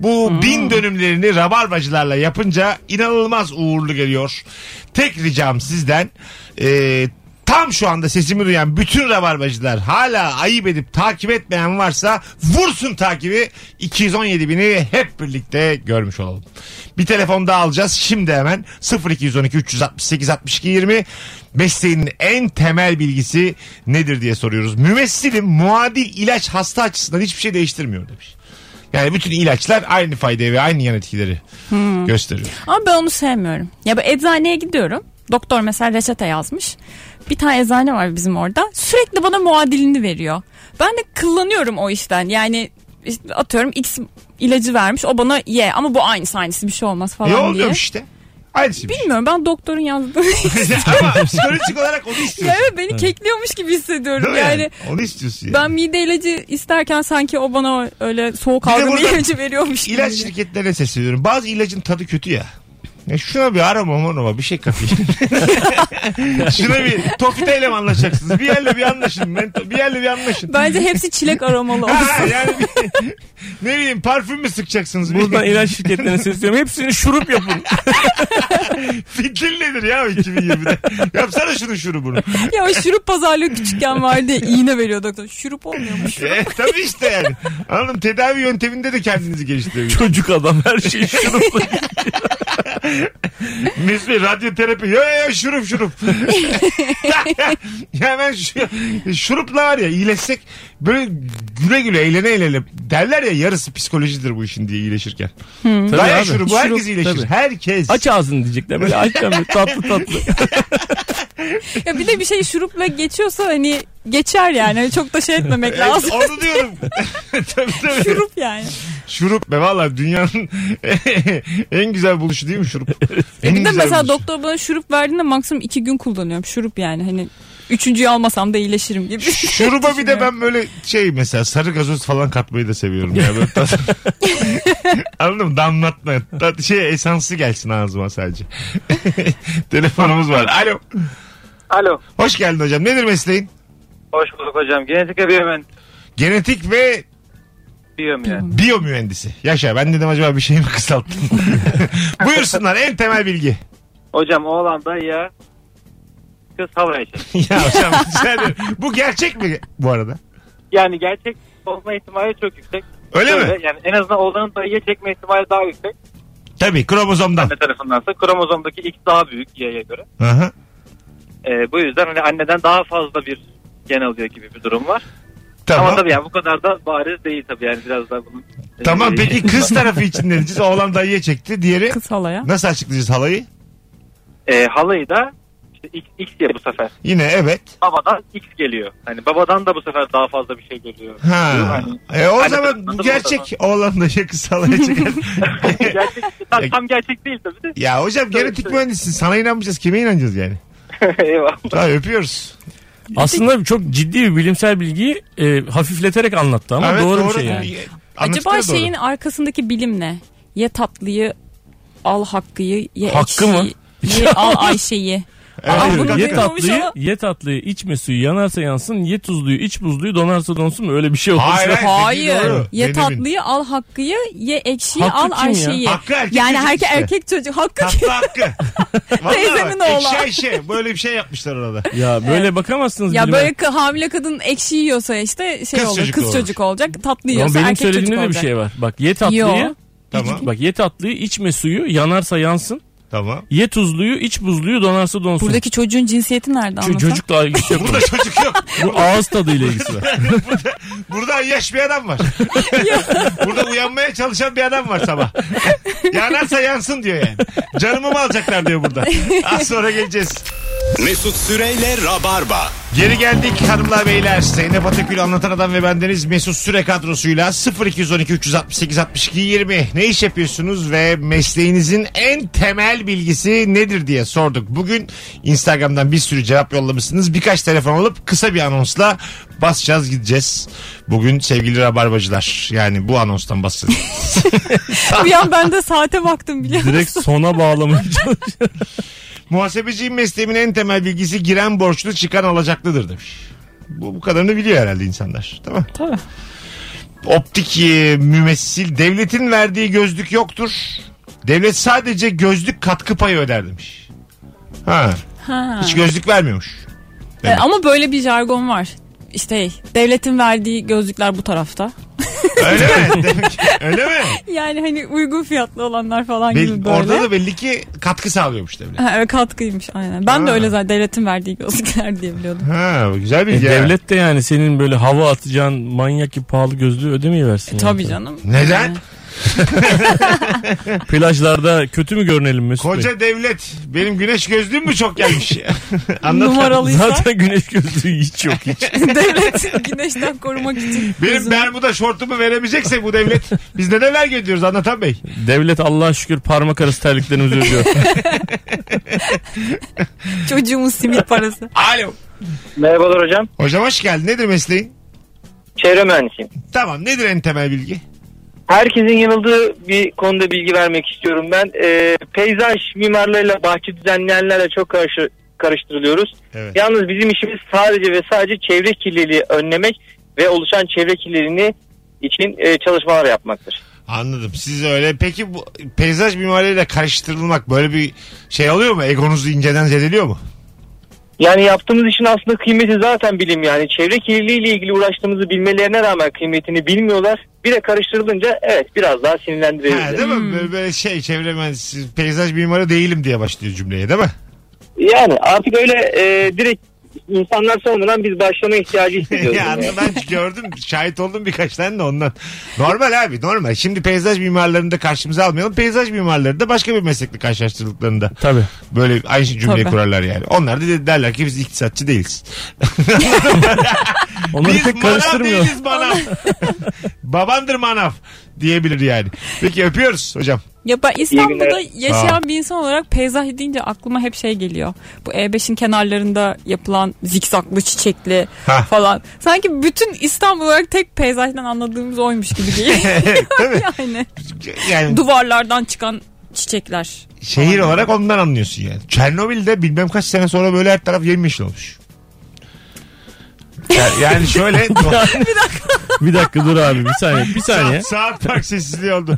Speaker 2: Bu bin dönümlerini rabarbacılarla yapınca inanılmaz uğurlu geliyor. Tek ricam sizden e, tam şu anda sesimi duyan bütün rabarbacılar hala ayıp edip takip etmeyen varsa vursun takibi 217 bini hep birlikte görmüş olalım. Bir telefon daha alacağız şimdi hemen 0212 368 62 20 mesleğin en temel bilgisi nedir diye soruyoruz. Mümessilim muadil ilaç hasta açısından hiçbir şey değiştirmiyor demiş. Yani bütün ilaçlar aynı faydayı ve aynı yan etkileri
Speaker 3: Hmm.
Speaker 2: gösteriyor.
Speaker 3: Ama ben onu sevmiyorum. Ya ben eczaneye gidiyorum. Doktor mesela reçete yazmış. Bir tane eczane var bizim orada. Sürekli bana muadilini veriyor. Ben de kullanıyorum o işten. Yani işte atıyorum X ilacı vermiş. O bana ye ama bu aynısı aynısı bir şey olmaz falan
Speaker 2: Ne
Speaker 3: diye.
Speaker 2: oluyormuş E, işte? Aynısıymış.
Speaker 3: Bilmiyorum ben doktorun yazdığı.
Speaker 2: Ama psikolojik olarak onu
Speaker 3: ya
Speaker 2: istiyorsun.
Speaker 3: evet beni kekliyormuş gibi hissediyorum
Speaker 2: Değil mi
Speaker 3: yani.
Speaker 2: yani? Onu istiyorsun yani.
Speaker 3: Ben mide ilacı isterken sanki o bana öyle soğuk
Speaker 2: Bir de
Speaker 3: algınlığı
Speaker 2: burada
Speaker 3: ilacı veriyormuş gibi.
Speaker 2: İlaç şirketlerine sesleniyorum. Bazı ilacın tadı kötü ya. Ya şuna bir aroma monoma bir şey kapayın. şuna bir tofiteyle mi anlaşacaksınız? Bir yerle bir anlaşın. Mento- Bir yerle bir anlaşın.
Speaker 3: Bence hepsi çilek aromalı olsun.
Speaker 2: Ha, yani bir- ne bileyim parfüm mü sıkacaksınız?
Speaker 4: Buradan ilaç şirketlerine sesleniyorum. Hepsini şurup yapın.
Speaker 2: Fitil nedir ya 2020'de? Yapsana şunu şunu bunu.
Speaker 3: ya o şurup pazarlığı küçükken vardı ya, iğne veriyor doktor. Şurup olmuyormuş.
Speaker 2: E, tabii işte yani. Anladım tedavi yönteminde de kendinizi geliştirebilirsiniz.
Speaker 4: Çocuk adam her şeyi şurupla.
Speaker 2: Misli radyoterapi. Yo yo yo, şurup şurup. ya ben şu, şurupla var ya iyileşsek böyle güle güle eğlene eğlene derler ya yarısı psikolojidir bu işin diye iyileşirken. Daya
Speaker 4: abi.
Speaker 2: şurubu herkes
Speaker 4: Şurup,
Speaker 2: iyileşir.
Speaker 4: tabii.
Speaker 2: Herkes.
Speaker 4: Aç ağzını diyecekler böyle aç ağzını tatlı tatlı.
Speaker 3: Ya bir de bir şey şurupla geçiyorsa hani geçer yani. Hani Çok da şey etmemek
Speaker 2: Evet,
Speaker 3: lazım.
Speaker 2: onu diyorum. tabii tabii. Şurup.
Speaker 3: şurup yani.
Speaker 2: be valla dünyanın en güzel buluşu değil mi şurup? En
Speaker 3: Bir de
Speaker 2: güzel şey.
Speaker 3: mesela
Speaker 2: buluşu.
Speaker 3: doktor bana şurup verdiğinde maksimum iki gün kullanıyorum. Şurup yani hani üçüncüyü almasam da iyileşirim gibi.
Speaker 2: Şuruba bir de ben böyle şey mesela sarı gazoz falan katmayı da seviyorum ya. Böyle tat- Anladın mı? Damlatma. Tat- şey esansı gelsin ağzıma sadece. Telefonumuz var. Alo.
Speaker 5: Alo.
Speaker 2: Hoş geldin hocam. Nedir mesleğin?
Speaker 5: Hoş bulduk hocam. Genetik ve biyomühendis
Speaker 2: Genetik ve
Speaker 5: diyorum yani.
Speaker 2: biyomühendisi. Yaşa ben dedim acaba bir şey mi kısalttım? Buyursunlar en temel bilgi.
Speaker 5: Hocam oğlan da ya yaşıyoruz, hava yaşıyoruz.
Speaker 2: ya hocam rica ederim. Bu gerçek mi bu arada?
Speaker 5: Yani gerçek olma ihtimali çok yüksek.
Speaker 2: Öyle mi?
Speaker 5: Şöyle, Yani en azından oğlanın dayıya çekme ihtimali daha yüksek.
Speaker 2: Tabii kromozomdan.
Speaker 5: Anne tarafındansa kromozomdaki X daha büyük Y'ye göre.
Speaker 2: Aha.
Speaker 5: Ee, bu yüzden hani anneden daha fazla bir gen alıyor gibi bir durum var.
Speaker 2: Tamam.
Speaker 5: Ama tabii yani bu kadar da bariz değil tabii yani biraz daha bunun.
Speaker 2: Tamam
Speaker 5: Ee,
Speaker 2: peki kız tarafı için ne diyeceğiz? Oğlan dayıya çekti. Diğeri
Speaker 3: Kız halaya.
Speaker 2: nasıl açıklayacağız halayı?
Speaker 5: E, halayı da işte X, X diye bu sefer.
Speaker 2: Yine evet.
Speaker 5: Babadan X geliyor. Hani babadan da bu sefer daha fazla bir şey geliyor.
Speaker 2: Ha.
Speaker 5: Yani-
Speaker 2: E, o
Speaker 5: Anne
Speaker 2: zaman
Speaker 5: tarafından da
Speaker 2: bu
Speaker 5: bu
Speaker 2: gerçek. Oğlan dayıya kız halaya çeker.
Speaker 5: gerçek, tam, tam gerçek değil tabii de.
Speaker 2: ya hocam genetik
Speaker 5: tabii.
Speaker 2: mühendissin. Sana inanmayacağız. Kime inanacağız yani?
Speaker 5: Eyvallah.
Speaker 2: Tamam öpüyoruz.
Speaker 4: Aslında çok ciddi bir bilimsel bilgiyi e, hafifleterek anlattı ama
Speaker 2: Evet,
Speaker 4: doğru, bir şey yani.
Speaker 2: Anlattıkları
Speaker 3: Acaba
Speaker 2: doğru.
Speaker 3: şeyin arkasındaki bilim ne? Ye tatlıyı, al hakkıyı, ye
Speaker 4: Hakkı
Speaker 3: ekşiyi,
Speaker 4: mı?
Speaker 3: Ye al Ayşe'yi.
Speaker 2: Evet,
Speaker 3: Aa,
Speaker 2: evet.
Speaker 3: bunu
Speaker 2: Hakikaten.
Speaker 4: ye
Speaker 3: bilmiyormuş
Speaker 4: tatlıyı,
Speaker 3: ama-
Speaker 4: ye tatlıyı, içme suyu yanarsa yansın, ye tuzluyu, iç buzluyu, donarsa donsun mu? Öyle bir şey olursa.
Speaker 2: Hayır, hayır.
Speaker 3: Hayır.
Speaker 2: Doğru.
Speaker 3: Ye
Speaker 2: Benim-
Speaker 3: tatlıyı, al hakkıyı, ye ekşiyi,
Speaker 4: Hakkı kim
Speaker 3: al
Speaker 4: ya?
Speaker 3: Ayşe'yi.
Speaker 2: Hakkı erkek
Speaker 3: yani
Speaker 2: çocuk
Speaker 3: herkes
Speaker 2: işte.
Speaker 3: erkek çocuk. Hakkı kim?
Speaker 2: Tatlı hakkı. Vallahi
Speaker 3: Teyzemin
Speaker 2: bak,
Speaker 3: oğlu.
Speaker 2: Ekşi Ayşe. Böyle bir şey yapmışlar orada.
Speaker 4: Ya böyle bakamazsınız.
Speaker 3: Ya
Speaker 4: bilime.
Speaker 3: böyle kı- hamile kadın ekşi yiyorsa işte şey
Speaker 2: Kız
Speaker 3: olur.
Speaker 2: çocuklu
Speaker 3: Kız
Speaker 2: olur.
Speaker 3: çocuk olacak. Tatlı
Speaker 4: Ama
Speaker 3: yiyorsa
Speaker 4: benim
Speaker 3: erkek çocuk
Speaker 4: söylediğimde de
Speaker 3: olacak.
Speaker 4: bir şey var. Bak ye tatlıyı,
Speaker 3: Yo.
Speaker 2: Tamam.
Speaker 4: bak ye tatlıyı, içme suyu yanarsa yansın,
Speaker 2: Tamam.
Speaker 4: ye tuzluyu, iç buzluyu, donarsa donsun.
Speaker 3: Buradaki çocuğun cinsiyeti nerede
Speaker 4: Ço-
Speaker 3: anlatan?
Speaker 4: çocukla ilgisi yok.
Speaker 2: Burada çocuk yok.
Speaker 4: Bu ağız tadıyla ilgisi var.
Speaker 2: Burada yaş bir adam var. Burada uyanmaya çalışan bir adam var sabah. Yanarsa yansın diyor yani. Canımı mı alacaklar diyor burada. Az sonra geleceğiz.
Speaker 1: Mesut Süreyle Rabarba.
Speaker 2: Geri geldik hanımlar beyler. Zeynep Atakül anlatan adam ve bendeniz Mesut Süre kadrosuyla 0212 368 62 20. Ne iş yapıyorsunuz ve mesleğinizin en temel bilgisi nedir diye sorduk. Bugün Instagram'dan bir sürü cevap yollamışsınız. Birkaç telefon alıp kısa bir anonsla basacağız gideceğiz. Bugün sevgili rabarbacılar yani bu anonstan basın.
Speaker 3: Bir an ben de saate baktım biliyor musun?
Speaker 4: Direkt sona bağlamaya
Speaker 2: Muhasebeciyim mesleğimin en temel bilgisi giren borçlu çıkan alacaklıdır demiş. Bu, bu kadarını biliyor herhalde insanlar. Tamam.
Speaker 3: Tabii.
Speaker 2: Optik e, mümessil devletin verdiği gözlük yoktur. Devlet sadece gözlük katkı payı öder demiş. Ha,
Speaker 3: Ha.
Speaker 2: hiç gözlük vermiyormuş.
Speaker 3: E, ama böyle bir jargon var. İşte devletin verdiği gözlükler bu tarafta.
Speaker 2: Öyle mi? Demek ki- Öyle mi?
Speaker 3: Yani hani uygun fiyatlı olanlar falan
Speaker 2: Bel-
Speaker 3: gibi böyle.
Speaker 2: orada da belli ki katkı sağlıyormuş devlet.
Speaker 3: Ha, evet, katkıymış aynen. Ben de
Speaker 2: Ha.
Speaker 3: öyle zaten devletin verdiği gözlükler diye biliyordum.
Speaker 2: Ha, güzel bir
Speaker 4: E,
Speaker 2: e,
Speaker 4: Devlet de yani senin böyle hava atacağın manyak gibi pahalı gözlüğü ödemeyi versin.
Speaker 3: E, Tabii canım.
Speaker 2: Neden?
Speaker 3: Yani.
Speaker 4: Plajlarda kötü mü görünelim Mesut Bey?
Speaker 2: Koca devlet. Benim güneş gözlüğüm mü çok gelmiş? Anlat.
Speaker 3: Numaralıysa
Speaker 4: Zaten güneş gözlüğü hiç yok hiç.
Speaker 3: devlet güneşten korumak için.
Speaker 2: Benim
Speaker 3: gözünü-
Speaker 2: Bermuda şortumu veremeyecekse bu devlet biz neden vergi ödüyoruz anlatan bey?
Speaker 4: Devlet Allah'a şükür parmak arası terliklerimizi ödüyor.
Speaker 3: Çocuğumun simit parası.
Speaker 2: Alo.
Speaker 5: Merhabalar hocam.
Speaker 2: Hocam hoş geldin. Nedir mesleğin?
Speaker 5: Çevre mühendisiyim.
Speaker 2: Tamam nedir en temel bilgi?
Speaker 5: Herkesin yanıldığı bir konuda bilgi vermek istiyorum ben. Ee, peyzaj mimarlarıyla bahçe düzenleyenlerle çok karşı, karıştırılıyoruz.
Speaker 2: Evet.
Speaker 5: Yalnız bizim işimiz sadece ve sadece çevre kirliliği önlemek ve oluşan çevre kirliliğini için e, çalışmalar yapmaktır.
Speaker 2: Anladım. Siz öyle. Peki bu peyzaj mimariyle karıştırılmak böyle bir şey oluyor mu? Egonuzu inceden zedeliyor mu?
Speaker 5: Yani yaptığımız işin aslında kıymeti zaten bilim yani. Çevre kirliliği ile ilgili uğraştığımızı bilmelerine rağmen kıymetini bilmiyorlar. Bir de karıştırılınca evet biraz daha sinirlendiriyor.
Speaker 2: Ha,
Speaker 5: bizi.
Speaker 2: değil mi? Böyle, böyle şey çevre mühendisi, peyzaj mimarı değilim diye başlıyor cümleye değil mi?
Speaker 5: Yani artık öyle e, direkt insanlar sormadan biz başlama ihtiyacı hissediyoruz.
Speaker 2: ya
Speaker 5: yani.
Speaker 2: anladım ben gördüm şahit oldum birkaç tane de ondan. Normal abi normal. Şimdi peyzaj mimarlarını da karşımıza almayalım. Peyzaj mimarları da başka bir meslekle karşılaştırdıklarında
Speaker 4: Tabii.
Speaker 2: böyle aynı şey cümleyi
Speaker 3: Tabii.
Speaker 2: kurarlar yani. Onlar da de- derler ki biz iktisatçı değiliz.
Speaker 4: Onları
Speaker 2: Biz
Speaker 4: pek
Speaker 2: manav
Speaker 4: karıştırmıyor.
Speaker 2: değiliz manav. Babandır manav diyebilir yani. Peki öpüyoruz hocam.
Speaker 3: Ya ben İstanbul'da
Speaker 5: günler.
Speaker 2: Sağ ol.
Speaker 3: yaşayan bir insan olarak peyzaj deyince aklıma hep şey geliyor. Bu E5'in kenarlarında yapılan zikzaklı çiçekli
Speaker 2: Ha.
Speaker 3: falan. Sanki bütün İstanbul olarak tek peyzajdan anladığımız oymuş gibi geliyor.
Speaker 2: Tabii.
Speaker 3: yani
Speaker 2: Yani
Speaker 3: duvarlardan çıkan çiçekler.
Speaker 2: şehir olarak ondan anlıyorsun yani. Çernobil'de bilmem kaç sene sonra böyle her taraf yemyeşil olmuş. Yani- Yani şöyle
Speaker 4: Bir dakika dur abi bir saniye. Bir saniye.
Speaker 2: saat, saat park sessizliği oldu.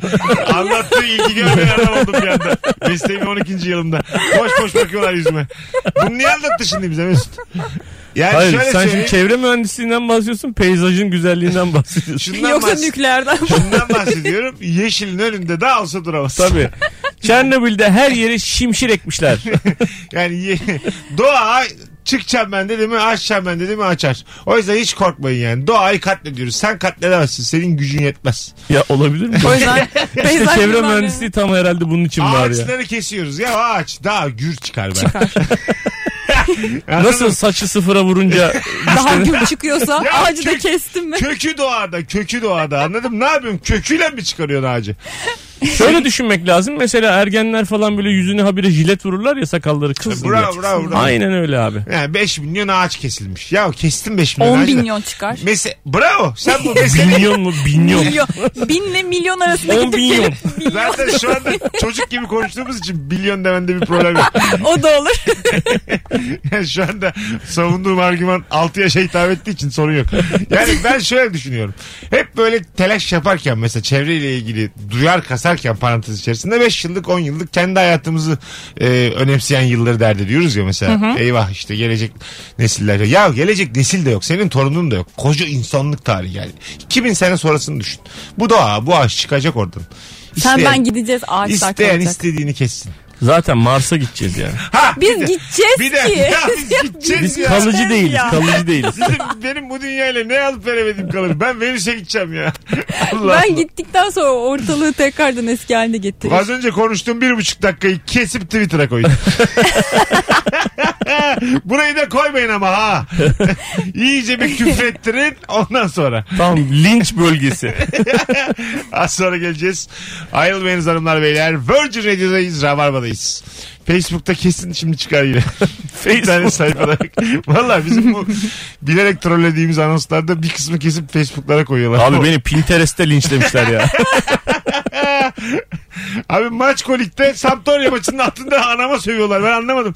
Speaker 2: Anlattığı ilgi görmeyen adam oldum bir anda. Mesleğimin 12. yılımda. Boş boş bakıyorlar yüzüme. Bunu niye anlattı şimdi bize Mesut? Yani
Speaker 4: Hayır
Speaker 2: şöyle
Speaker 4: sen şimdi
Speaker 2: söyleyeyim.
Speaker 4: çevre mühendisliğinden bahsediyorsun peyzajın güzelliğinden bahsediyorsun.
Speaker 2: Şundan,
Speaker 3: Yoksa
Speaker 2: bahs-
Speaker 3: nükleerden.
Speaker 2: şundan bahsediyorum. Yeşilin önünde daha olsa duramaz.
Speaker 4: Tabii. Çernobil'de her yeri şimşir ekmişler.
Speaker 2: Yani ye- doğa çıkacağım ben dedi mi açacağım ben dedi mi açar. O yüzden hiç korkmayın yani. Doğayı katlediyoruz. Sen katledemezsin. Senin gücün yetmez.
Speaker 4: ya olabilir mi?
Speaker 3: o yüzden
Speaker 4: İşte
Speaker 3: peyzaj
Speaker 4: çevre
Speaker 3: bilmem ne.
Speaker 4: mühendisliği tam herhalde bunun için var ya.
Speaker 2: Ağaçları kesiyoruz. Ya ağaç daha gür çıkar ben.
Speaker 3: Çıkar.
Speaker 2: Anladın
Speaker 4: Nasıl
Speaker 2: mı?
Speaker 4: saçı sıfıra vurunca
Speaker 3: Daha gül çıkıyorsa
Speaker 2: Ya
Speaker 3: ağacı da
Speaker 2: kök-
Speaker 3: kestim mi?
Speaker 2: Kökü doğada, kökü doğada. Anladım. Ne yapıyorum? Köküyle mi çıkarıyorsun ağacı?
Speaker 4: şöyle düşünmek lazım. Mesela ergenler falan böyle yüzüne habire jilet vururlar ya sakalları kızılıyor.
Speaker 2: Bravo, bravo, bravo.
Speaker 4: Aynen öyle abi.
Speaker 2: Yani 5 milyon ağaç kesilmiş. Ya kestim 5 milyon
Speaker 3: 10
Speaker 2: ağacı. da.
Speaker 3: milyon çıkar.
Speaker 2: Mese bravo. Sen bu meseleyi
Speaker 4: Binyon mu? Binyon.
Speaker 3: Milyon. Binle milyon arasında
Speaker 4: On
Speaker 3: gidip
Speaker 4: milyon.
Speaker 3: gelip milyon.
Speaker 2: Zaten şu anda çocuk gibi konuştuğumuz için milyon demende bir problem yok.
Speaker 3: o da olur.
Speaker 2: Yani şu anda savunduğum argüman 6 yaşa hitap ettiği için sorun yok. Yani ben şöyle düşünüyorum. Hep böyle telaş yaparken mesela çevreyle ilgili duyar kasarken parantez içerisinde 5 yıllık 10 yıllık kendi hayatımızı e, önemseyen yılları dert ediyoruz ya mesela. Eyvah işte gelecek nesiller. Ya gelecek nesil de yok. Senin torunun da yok. Koca insanlık tarihi yani. 2000 sene sonrasını düşün. Bu doğa bu ağaç çıkacak oradan.
Speaker 3: Sen
Speaker 2: İsteyen-
Speaker 3: ben gideceğiz ağaçlar
Speaker 2: İsteyen
Speaker 3: kalacak.
Speaker 2: istediğini kessin.
Speaker 4: Zaten Mars'a gideceğiz yani.
Speaker 2: Ha,
Speaker 3: Biz
Speaker 2: bir de-
Speaker 3: gideceğiz
Speaker 2: bir de-
Speaker 3: ki.
Speaker 2: Ya biz gideceğiz
Speaker 4: Biz
Speaker 2: ya.
Speaker 4: kalıcı değiliz.
Speaker 3: Ya.
Speaker 4: Kalıcı değiliz.
Speaker 2: Sizin benim bu dünyayla ne alıp veremediğim kalır. Ben Venüs'e gideceğim ya. Allah
Speaker 3: Ben
Speaker 2: Allah.
Speaker 3: gittikten sonra ortalığı tekrardan eski haline getirir.
Speaker 2: Az önce konuştuğum bir buçuk dakikayı kesip Twitter'a koydum. Burayı da koymayın ama ha. İyice bir küfrettirin ondan sonra.
Speaker 4: Tam linç bölgesi.
Speaker 2: Az sonra geleceğiz. Ayrılmayınız hanımlar beyler. Virgin Radio'dayız, Rabarba'dayız. Facebook'ta kesin şimdi çıkar yine. bir tane sayfada. Valla bizim bu bilerek trollediğimiz anonslarda bir kısmı kesip Facebook'lara koyuyorlar.
Speaker 4: Abi beni Pinterest'te linçlemişler ya.
Speaker 2: Abi maç kolikte Sampdoria maçının altında anama sövüyorlar. Ben anlamadım.